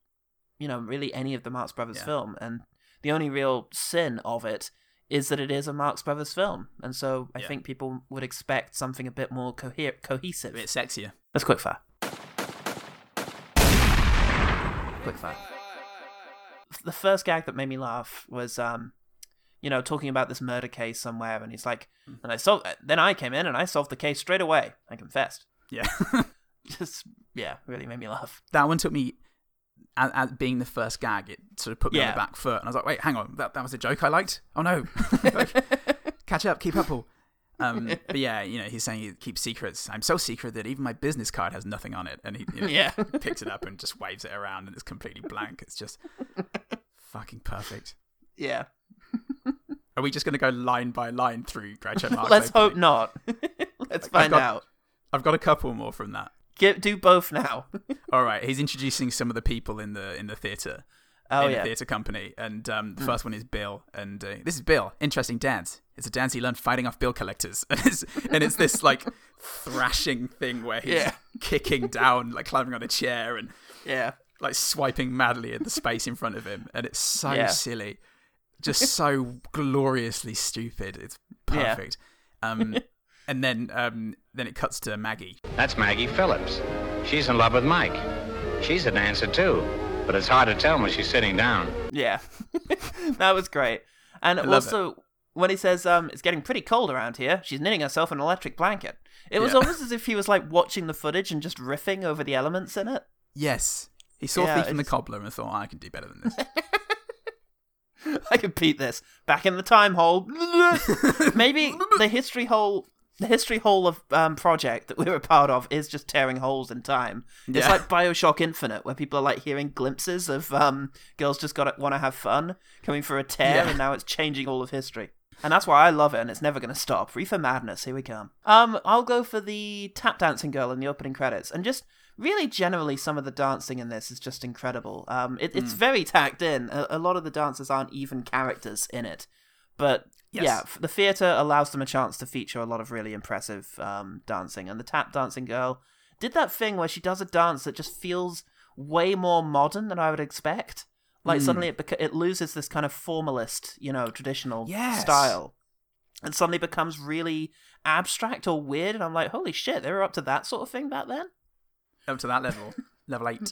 you know, really any of the Marx Brothers Yeah. film, and the only real sin of it is that it is a Marx Brothers film, and so I Yeah. think people would expect something a bit more cohe- [laughs] a cohesive. bit sexier. Let's quick fire. Quick fire. The first gag that made me laugh was, um, you know, talking about this murder case somewhere, and he's like, Hmm. and I solved. Then I came in and I solved the case straight away. I confessed. [laughs] Yeah. Just yeah, really made me laugh. [laughs] that one took me at, at being the first gag it sort of put me on Yeah. the back foot and i was like wait hang on that, that was a joke i liked oh no [laughs] catch up keep up all um, but yeah you know he's saying he keeps secrets i'm so secret that even my business card has nothing on it and he you know, Yeah. [laughs] picks it up and just waves it around and it's completely blank it's just fucking perfect Yeah, are we just going to go line by line [laughs] through Groucho Marx? let's opening? hope not. [laughs] Let's I've find got- out. I've got a couple more from that. Get, do both now. [laughs] All right, he's introducing some of the people in the in the theater. Oh in a yeah, Hmm. theatre company, and um, the first one is Bill, and uh, this is Bill. Interesting dance. It's a dance he learned fighting off bill collectors, [laughs] and it's, and it's this like thrashing thing where he's Yeah. kicking down, like climbing on a chair, and Yeah. like swiping madly at the space in front of him, and it's so Yeah. silly, [laughs] just so gloriously stupid. It's Yeah. perfect. [laughs] Um, and then um, then it cuts to Maggie. That's Maggie Phillips. She's in love with Mike. She's a dancer too, but it's hard to tell when she's sitting down. Yeah. [laughs] that was great. And love it. also, when he says, um, it's getting pretty cold around here, she's knitting herself an electric blanket. It was Yeah. almost as if he was like watching the footage and just riffing over the elements in it. Yes, he saw Yeah, Thief and the it's- Cobbler and thought, "Oh, I can do better than [laughs] this. I could beat this. Back in the time hole. Maybe the history hole the history hole of um, project that we were a part of is just tearing holes in time. It's Yeah. like Bioshock Infinite, where people are like hearing glimpses of um, girls just gotta wanna have fun coming for a tear Yeah. and now it's changing all of history. And that's why I love it and it's never gonna stop. Reefer Madness, here we come. Um, I'll go for the tap dancing girl in the opening credits and just really generally some of the dancing in this is just incredible um it, Mm. it's very tacked in a, a lot of the dancers aren't even characters in it but Yes. yeah f- the theater allows them a chance to feature a lot of really impressive um dancing and the tap dancing girl did that thing where she does a dance that just feels way more modern than i would expect like Hmm. suddenly it beca- it loses this kind of formalist you know traditional Yes. style and suddenly becomes really abstract or weird and i'm like holy shit they were up to that sort of thing back then Up to that level, level [laughs] eight.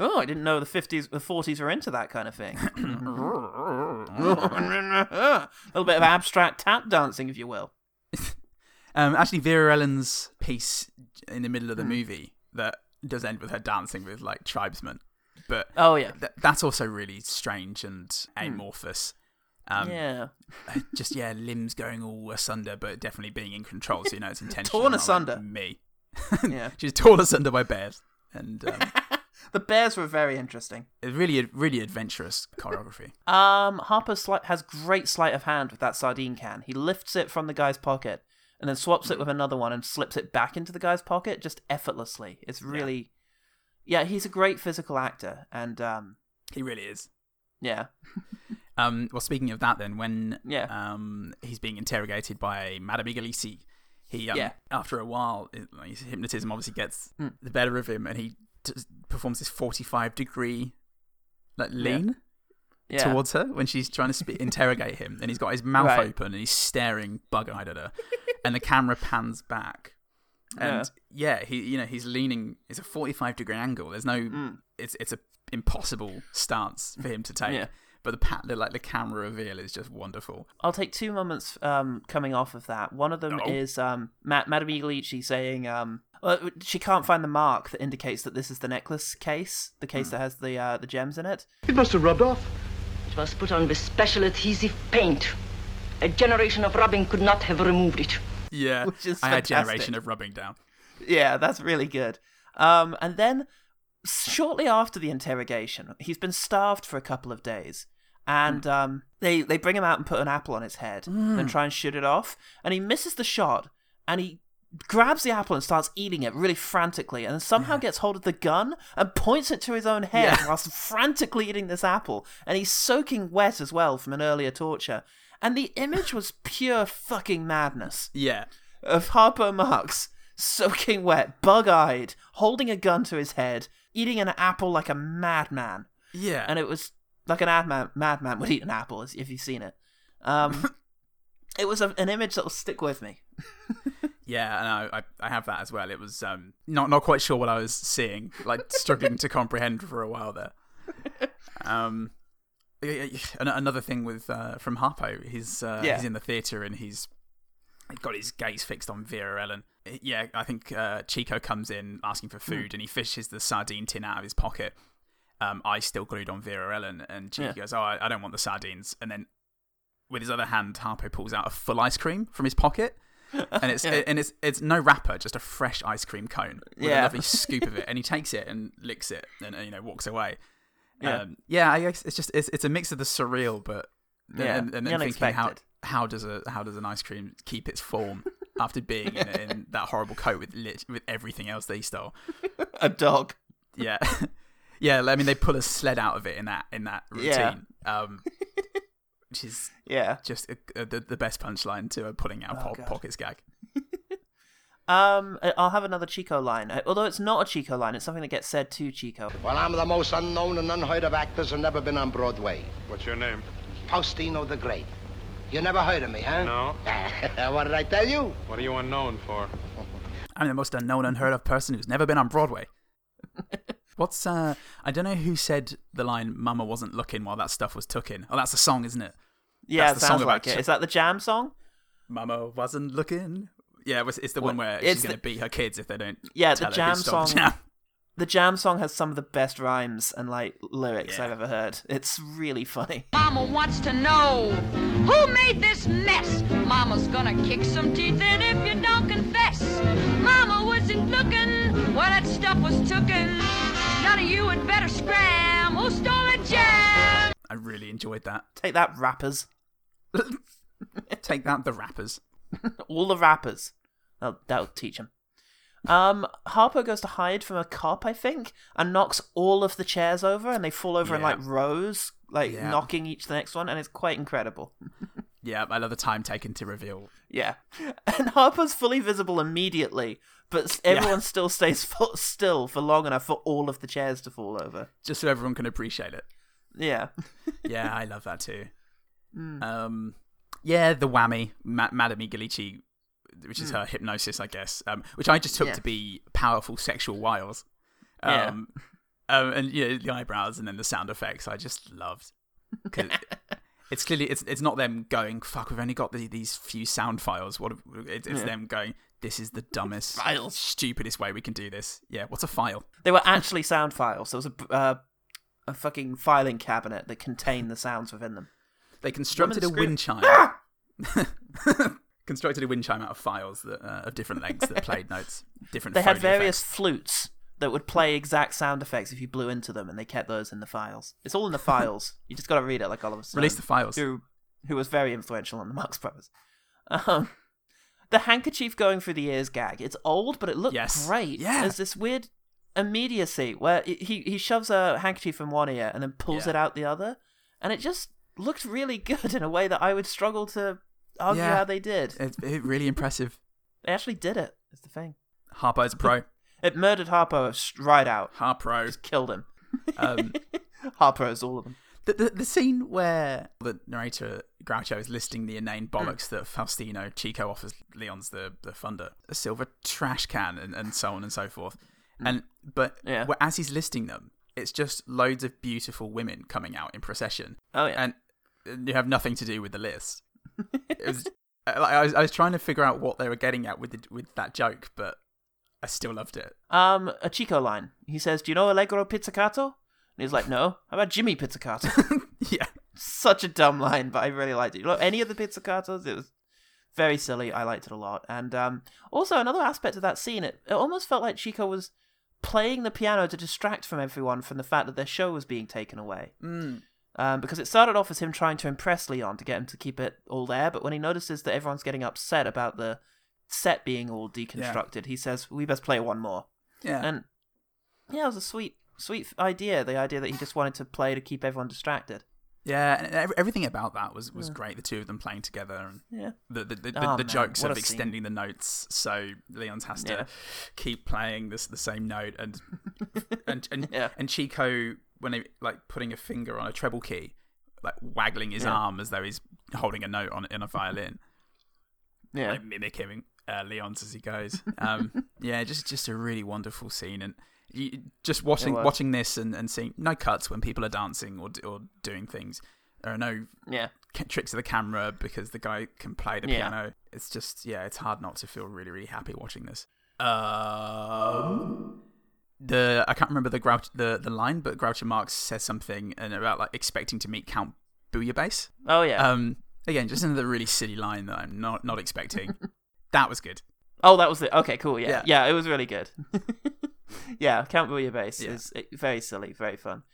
Oh, I didn't know the fifties, the forties were into that kind of [laughs] thing. [laughs] a little bit of abstract tap dancing, if you will. Um, actually, Vera Ellen's piece in the middle of the Hmm. movie that does end with her dancing with like tribesmen, but Oh yeah, Hmm. th- that's also really strange and amorphous. Um, yeah, [laughs] Just yeah, limbs going all asunder, but definitely being in control, so you know [laughs] it's intentional. Torn not like asunder. me. [laughs] yeah. She's torn asunder by bears, and [laughs] um, The bears were very interesting. it's really, really adventurous choreography. Um, Harper sli- has great sleight of hand with that sardine can. He lifts it from the guy's pocket and then swaps it with another one and slips it back into the guy's pocket just effortlessly. It's really, yeah, he's a great physical actor, and um, He really is. yeah, Um, well, speaking of that, then when Yeah. um, he's being interrogated by Madame Iglesi, he um, Yeah. Hmm. after a while it- like, his hypnotism obviously gets the better of him, and he t- performs this forty-five degree like lean yeah. towards her when she's trying to spe- interrogate him, and he's got his mouth Right. open and he's staring bug-eyed at her, and the camera pans back, and yeah, he you know he's leaning. It's a forty-five degree angle. There's no Mm. it's it's a impossible stance for him to take. Yeah. But the pat the, like the camera reveal is just wonderful. I'll take two moments um, coming off of that. One of them Oh. is um, Ma- Madame Iglici saying um, uh, she can't find the mark that indicates that this is the necklace case, the case that has the uh, the gems in it. It must have rubbed off. It was put on with special adhesive paint. A generation of rubbing could not have removed it. Yeah, Which is I had fantastic. generation of rubbing down. Yeah, that's really good. Um, and then shortly after the interrogation, he's been starved for a couple of days, and um, they they bring him out and put an apple on his head and try and shoot it off, and he misses the shot, and he grabs the apple and starts eating it really frantically, and somehow gets hold of the gun and points it to his own head Yeah. whilst frantically eating this apple, and he's soaking wet as well from an earlier torture. And the image was pure fucking madness Yeah, of Harpo Marx soaking wet, bug eyed, holding a gun to his head, eating an apple like a madman. yeah, And it was like an adman, madman would eat an apple, as- if you've seen it. [laughs] Um, it was a, an image that will stick with me. yeah. And I, I I have that as well. It was um not not quite sure what I was seeing, like struggling to comprehend for a while there. Um. yeah, yeah, an- Another thing with uh, from Harpo, he's uh, Yeah. he's in the theater and he's got his gaze fixed on Vera Ellen. Yeah, I think uh, Chico comes in asking for food and he fishes the sardine tin out of his pocket. Um, I still glued on Vera Ellen and Chico Yeah. goes, "Oh, I, I don't want the sardines." And then with his other hand, Harpo pulls out a full ice cream from [laughs] his pocket. and it's and it's it's no wrapper, just a fresh ice cream cone with Yeah. a lovely scoop of it. And he takes it and licks it, and, and, you know walks away. Yeah. um, yeah. I guess it's just it's, it's a mix of the surreal, but Yeah, and, and the then thinking how unexpected. how does a how does an ice cream keep its form after being in, in that horrible coat with lit, with everything else they stole? A dog. Yeah, [laughs] yeah. I mean, they pull a sled out of it in that in that routine. Yeah. Um, [laughs] which is Yeah. just a, a- the, the best punchline to a putting out po- Oh, God. pockets gag. Um, I- I'll have another Chico line. Uh, Although it's not a Chico line, it's something that gets said to Chico. Well, I'm the most unknown and unheard of actors who never been on Broadway. What's your name? Faustino the Great. You never heard of me, huh? No. [laughs] what did I tell you? What are you unknown for? I'm the most unknown, unheard of person who's never been [laughs] on Broadway. What's uh? I don't know who said the line "Mama wasn't looking while that stuff was tucking." Oh, that's a song, isn't it? Yeah, That's it the sounds song about like it. Chi- Is that the jam song? Mama wasn't looking. Yeah, it was- it's the one Well, where it's she's going to the- beat her kids if they don't. Yeah, the tell her who jam stole the song- The jam song has some of the best rhymes and like lyrics Yeah. I've ever heard. It's really funny. [laughs] Mama wants to know who made this mess. Mama's gonna kick some teeth in if you don't confess. Mama wasn't looking while that stuff was tookin'. None of you had better scram. Who stole a jam? [laughs] I really enjoyed that. Take that, rappers. Take that, the rappers. All the rappers. That'll, that'll teach them. Um, Harpo goes to hide from a cop, I think, and knocks all of the chairs over, and they fall over in Yeah. like rows, like Yeah. knocking each the next one, and it's quite incredible. Yeah, I love the time taken to reveal. Yeah, [laughs] and Harper's fully visible immediately, but s- everyone still stays [laughs] fo- still for long enough for all of the chairs to fall over. just so everyone can appreciate it. Yeah, Yeah, I love that [laughs] too. Mm. Um, yeah, the whammy, Ma- Madame Igalici, which is her hypnosis, I guess, um, which I just took Mm. Yeah. to be powerful sexual wiles. Yeah. Um, um, and you know, the eyebrows and then the sound effects, I [laughs] just loved. 'Cause it's clearly it's it's not them going fuck. We've only got the, these few sound files. What it's, it's them going. This is the dumbest, [laughs] Files. stupidest way we can do this. Yeah, what's a file? they were actually sound files. There was a uh, a fucking filing cabinet that contained the sounds within them. They constructed a Woman wind chime. Ah! [laughs] constructed a wind chime out of files that, uh, of different lengths that [laughs] played notes, different. They had Foley various effects. flutes that would play exact sound effects if you blew into them, and they kept those in the files. It's [laughs] all in the files. you just got to read it, like Oliver Stone. Release the files. Who, who was very influential on the Marx Brothers. Um, the handkerchief going through the ears gag. It's old, but it looked Yes. great. Yeah. There's this weird immediacy where i- he, he shoves a handkerchief in one ear and then pulls Yeah. it out the other. And it just looked really [laughs] good in a way that I would struggle to argue Yeah. how they did. It, it really impressive. They actually did it, is the thing. Harpo's a pro. It murdered Harpo s- right out. Harpo. Just killed him. Um, Harpo is all of them. the, the the scene where Mm. the narrator Groucho is listing the inane bollocks that Faustino Chico offers Leon's the the funder, a silver trash can, and, and so on and so forth. And but Yeah. wh- as he's listing them, it's just loads of beautiful women coming out in procession. Oh, yeah. and you have nothing to do with [laughs] the list. It was, I, I was I was trying to figure out what they were getting at with the, with that joke, but I still loved it. [laughs] Um, a Chico line. He says, "Do you know Allegro Pizzicato?" And he's like, "No." How about Jimmy Pizzicato? yeah, Such a dumb line, but I really liked it. You know, any of the Pizzicatos, it was very silly. I liked it a lot. And um, also another aspect of that scene, it, it almost felt like Chico was playing the piano to distract from everyone from the fact that their show was being taken away. Um, because it started off as him trying to impress Leon to get him to keep it all there, but when he notices that everyone's getting upset about the set being all deconstructed, he says, "We best play one more." yeah. And yeah, it was a sweet, sweet idea. The idea that he just wanted to play to keep everyone distracted. Yeah, and ev- everything about that was, was great. The two of them playing together, and Yeah. the the, the, the, Oh, man, jokes what of a scene. extending the notes. So Leon's has to Yeah. keep playing this the same note, [laughs] and and and, Yeah. and Chico when they like putting a finger on a treble key, like waggling his arm as though he's holding a note on in a violin, Yeah. like mimicking uh, Leon's as he goes. [laughs] Um, yeah, just just a really wonderful scene, and you, just watching was. watching this and, and seeing no cuts when people are dancing or d- or doing things. There are no Yeah. ca- tricks of the camera because the guy can play the Yeah. piano. It's just yeah, it's hard not to feel really really happy watching this. Um, the I can't remember the Grouch, the the line, but Groucho Marx says something and about like expecting to meet Count Bouillabaisse. Oh yeah. Um, again, just another really silly line that I'm not not [laughs] expecting. that was good. oh, that was the okay. Cool. yeah. Yeah. Yeah. it was really good. [laughs] yeah. Count Booyah Bass Yeah. is eh, very silly, very fun.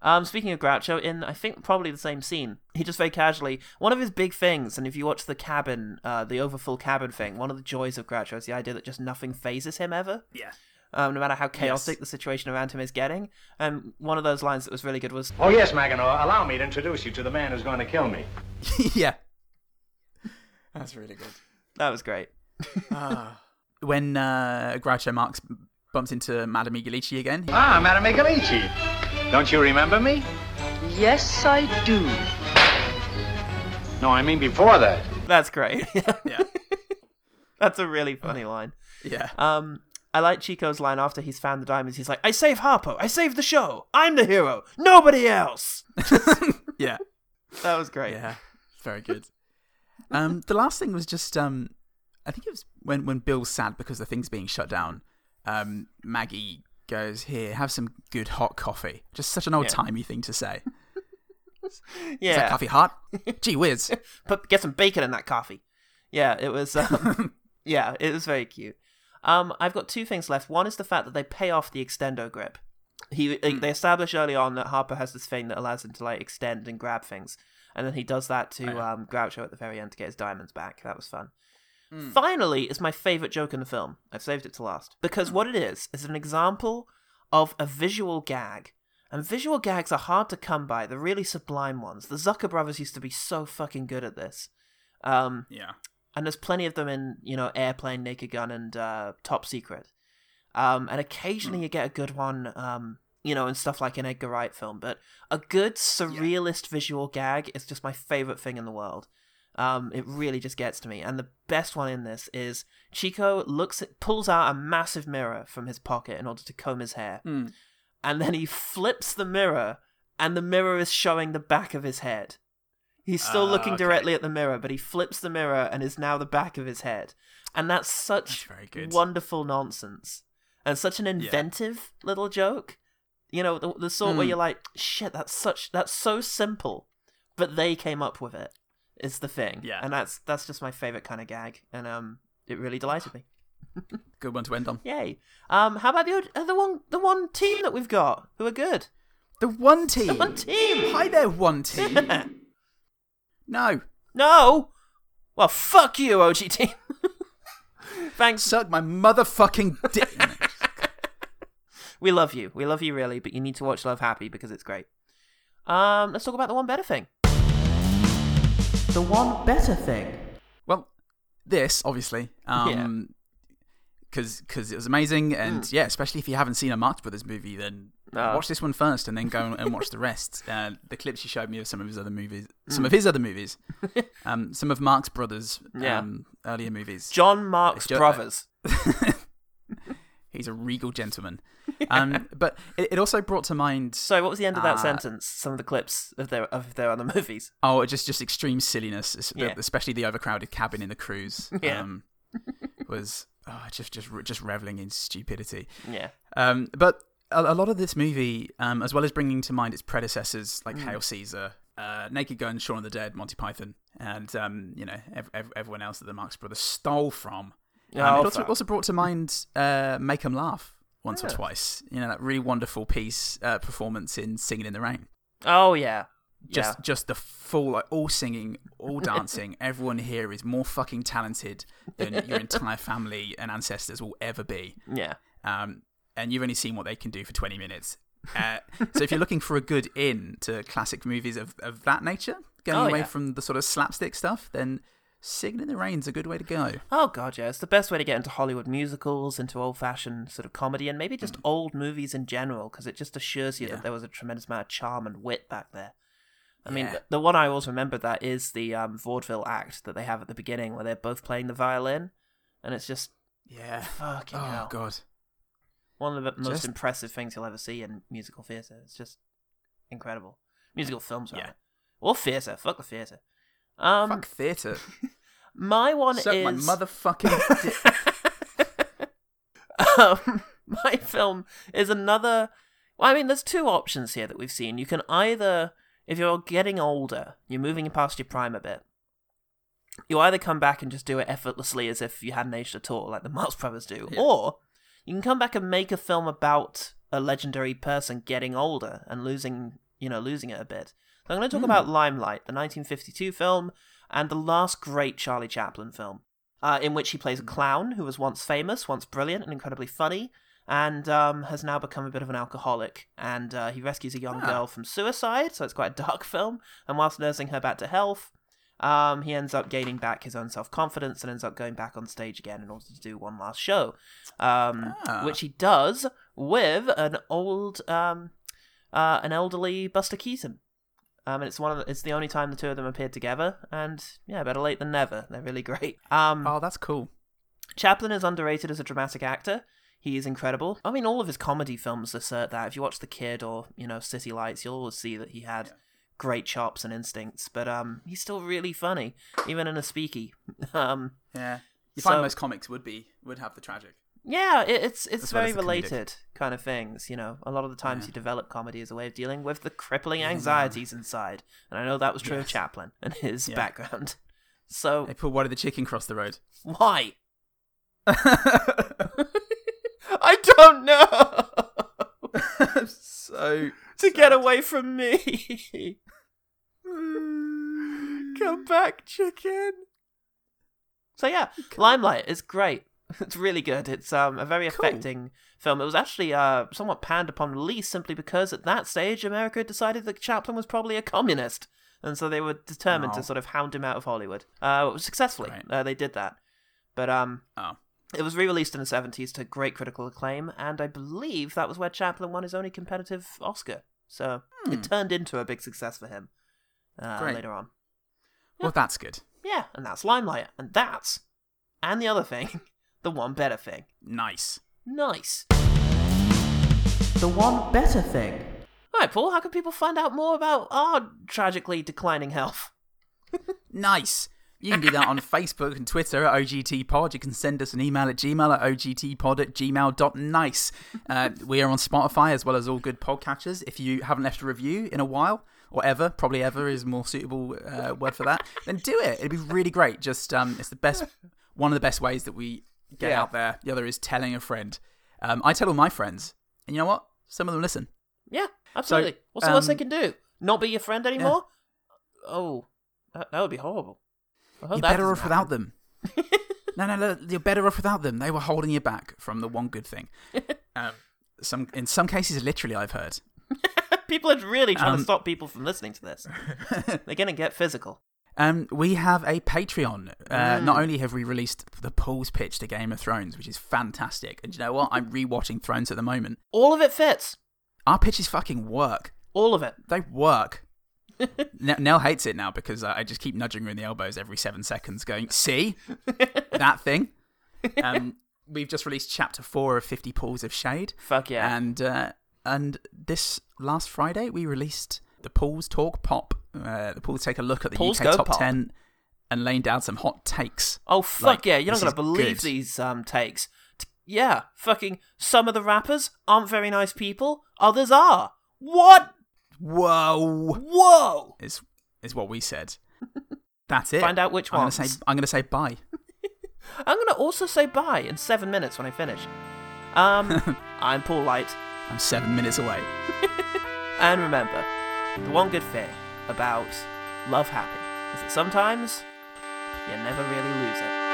Um, speaking of Groucho, in I think probably the same scene, he just very casually one of his big things, and if you watch the cabin, uh, the overfull cabin thing, one of the joys of Groucho is the idea that just nothing phases him ever. Yeah. Um, no matter how chaotic the situation around him is getting, and one of those lines that was really good was Oh, yes, Mackinac. Allow me to introduce you to the man who's going to kill me. [laughs] yeah. That's really good. That was great. When uh, Groucho Marx bumps into Madame Igalici again, he- Ah, Madame Igalici. Don't you remember me? Yes, I do. No, I mean before that. That's great. [laughs] [laughs] yeah, That's a really funny line. [laughs] yeah, Um, I like Chico's line after he's found the diamonds. He's like, "I save Harpo. I save the show. I'm the hero. Nobody else." yeah, That was great. yeah. Very good. Um, the last thing was just um, I think it was when when Bill's sad because the thing's being shut down. Um, Maggie goes, "Here, have some good hot coffee." Just such an old timey thing to say. Is that yeah. coffee [laughs] hot? Gee whiz. Put get some bacon in that coffee. Yeah, it was. Um, [laughs] yeah, it was very cute. Um, I've got two things left. One is the fact that they pay off the extendo grip. He they establish early on that Harper has this thing that allows him to like extend and grab things, and then he does that to um, Groucho at the very end to get his diamonds back. That was fun. Finally, is my favorite joke in the film. I've saved it to last because what it is is an example of a visual gag. And visual gags are hard to come by, the really sublime ones. The Zucker brothers used to be so fucking good at this. Um, Yeah. and there's plenty of them in you know airplane naked gun and uh, top secret um, and occasionally you get a good one um, you know and stuff like an edgar wright film but a good surrealist visual gag is just my favorite thing in the world um, it really just gets to me and the best one in this is chico looks at, pulls out a massive mirror from his pocket in order to comb his hair Hmm. and then he flips the mirror and the mirror is showing the back of his head he's still Ah, looking okay. directly at the mirror but he flips the mirror and is now the back of his head and that's such That's very good. wonderful nonsense and such an inventive little joke you know the, the sort where Hmm. you're like shit that's such that's so simple but they came up with it is the thing Yeah. and that's that's just my favorite kind of gag and um it really delighted me Good one to end on. Yay. Um, how about the od- uh, the one the one team that we've got who are good? The one team. The one team. Hi there, [laughs] one team. no, no. Well, fuck you, OG team. [laughs] Thanks. suck my motherfucking dick. We love you. We love you really, but you need to watch Love Happy because it's great. Um, let's talk about the one better thing. The one better thing. well, this obviously, um, because it was amazing, and yeah, especially if you haven't seen a Marx Brothers movie, then Hmm. Ah. watch this one first, and then go and watch the rest. Uh, the clips you showed me of some of his other movies, Hmm. some of his [laughs] other movies, um, some of Marx Brothers' Yeah. um, earlier movies. John Mark's Jo- brothers. [laughs] He's a regal gentleman, um, but it, it also brought to [laughs] mind So, what was the end of that Ah. sentence? Some of the clips of their of their other [laughs] movies. Oh, just just extreme silliness, es- Yeah. especially the overcrowded cabin in the cruise. [laughs] Yeah. Um, was oh, just just re- just reveling in stupidity. Yeah. Um, but a, a lot of this movie, um, as well as bringing to mind its predecessors like Hmm. Hail Caesar, uh, Naked Gun, Shaun of the Dead, Monty Python, and um, you know ev- ev- everyone else that the Marx Brothers stole from. Um, Oh, it also, fuck. also brought to mind uh, Make 'Em Laugh once or Yeah. twice. You know that really wonderful piece uh, performance in Singing in the Rain Oh yeah. just yeah. just the full like all singing [laughs] all dancing everyone here is more fucking talented than your entire family and ancestors will ever be yeah. um, and you've only seen what they can do for 20 minutes uh, so if you're looking for a good in to classic movies of, of that nature going Oh, away yeah. from the sort of slapstick stuff then singing in the rain's a good way to go Oh god, yeah, it's the best way to get into Hollywood musicals, into old-fashioned sort of comedy, and maybe just old movies in general, because it just assures you Hmm. Yeah. that there was a tremendous amount of charm and wit back there. I mean, Yeah. th- the one I always remember that is the um, vaudeville act that they have at the beginning, where they're both playing the violin, and it's just yeah Fucking oh hell. god one of the most Just- impressive things you'll ever see in musical theatre. It's just incredible. Musical films, Yeah. rather. Or theatre. Fuck the theatre. Um, fuck theater My one suck is [laughs] my motherfucking dick um, my film is another. Well, I mean, there's two options here that we've seen. You can either, if you're getting older, you're moving past your prime a bit, you either come back and just do it effortlessly as if you hadn't aged at all, like the [laughs] Marx Brothers do, Yeah. or you can come back and make a film about a legendary person getting older and losing, you know, losing it a bit. So I'm going to talk about Limelight, the 1952 film, and the last great Charlie Chaplin film uh, in which he plays a clown who was once famous, once brilliant, and incredibly funny, and um, has now become a bit of an alcoholic. And uh, he rescues a young [laughs] Ah. girl from suicide, so it's quite a dark film. And whilst nursing her back to health, Um, he ends up gaining back his own self confidence and ends up going back on stage again in order to do one last show, um, which he does with an old, um, uh, an elderly Buster Keaton. Um, and it's one of the, it's the only time the two of them appeared together, and yeah, better late than never. They're really great. Um, Oh, that's cool. Chaplin is underrated as a dramatic actor. He is incredible. I mean, all of his comedy films assert that. If you watch The Kid or you know City Lights, you'll always see that he had great chops and instincts. But um, he's still really funny, even in a speaky. [laughs] Um, Yeah. You So- find most comics would be would have the tragic. yeah, it, it's it's As well very as the comedic. related kind of things. You know, a lot of the times you develop comedy as a way of dealing with the crippling anxieties inside, and I know that was true of Yes. Chaplin and his Yeah. background. [laughs] So They put What Did the Chicken Cross the Road? [laughs] why? I don't know. so to get away from me. [laughs] Come back, chicken. So yeah, Limelight is great. [laughs] It's really good. It's um a very Cool. affecting film. It was actually uh somewhat panned upon release simply because at that stage America decided that Chaplin was probably a communist, and so they were determined to Oh. sort of hound him out of Hollywood. Uh, successfully, Right. uh, they did that. But um, Oh. it was re-released in the seventies to great critical acclaim, and I believe that was where Chaplin won his only competitive Oscar. So it turned into a big success for him uh, Hmm. Great. later on. Well that's good. Yeah, and that's Limelight, and that's and the other thing, [laughs] the one better thing. Nice. Nice. The one better thing. All right, Paul. How can people find out more about our tragically declining health? Nice. You can do that on Facebook and Twitter at OGT Pod. You can send us an email at gmail at ogtpod at gmail.nice. Uh, we are on Spotify as well as all good podcatchers. If you haven't left a review in a while, or ever, probably ever is a more suitable uh, word for that, then do it. It'd be really great. Just um, It's the best, one of the best ways that we get Yeah. out there. The other is telling a friend. Um, I tell all my friends. And you know what? Some of them listen. Yeah, absolutely. What's the worst they um, can do? Not be your friend anymore? Oh, that, that would be horrible. I hope You're Oh, that better doesn't off without happen. them. [laughs] no, no, no, you're better off without them. They were holding you back from the one [laughs] good thing. Um, some in some cases, literally, I've heard. [laughs] people are really trying to Um, stop people from listening to [laughs] this. They're going to get physical. Um, we have a Patreon. Mm. Uh, Not only have we released the Paul's pitch to Game of Thrones, which is fantastic, and you know what? I'm rewatching Thrones at the moment. All of it fits. Our pitches fucking work. All of it. They work. [laughs] N- Nell hates it now because uh, I I just keep nudging her in the elbows every seven seconds, [laughs] going, "See that thing." Um, we've just released chapter four of Fifty Pools of Shade. Fuck yeah. And uh, and this last Friday we released the Pools Talk Pop. Uh, the Pools take a look at the Pools UK Go top Pop. ten and laying down some hot takes. oh, fuck Like, yeah. You're not this going is to believe good. these um, takes. T- yeah, fucking some of the rappers aren't very nice people. Others are. What? Whoa! Whoa! Is is what we [laughs] said. That's it. Find out which I'm ones. Gonna say, I'm going to say bye. I'm going to also say bye in seven minutes when I finish. [laughs] Um, I'm Paul Light. I'm seven minutes away. And remember, the one good thing about love happy is that sometimes you never really lose it.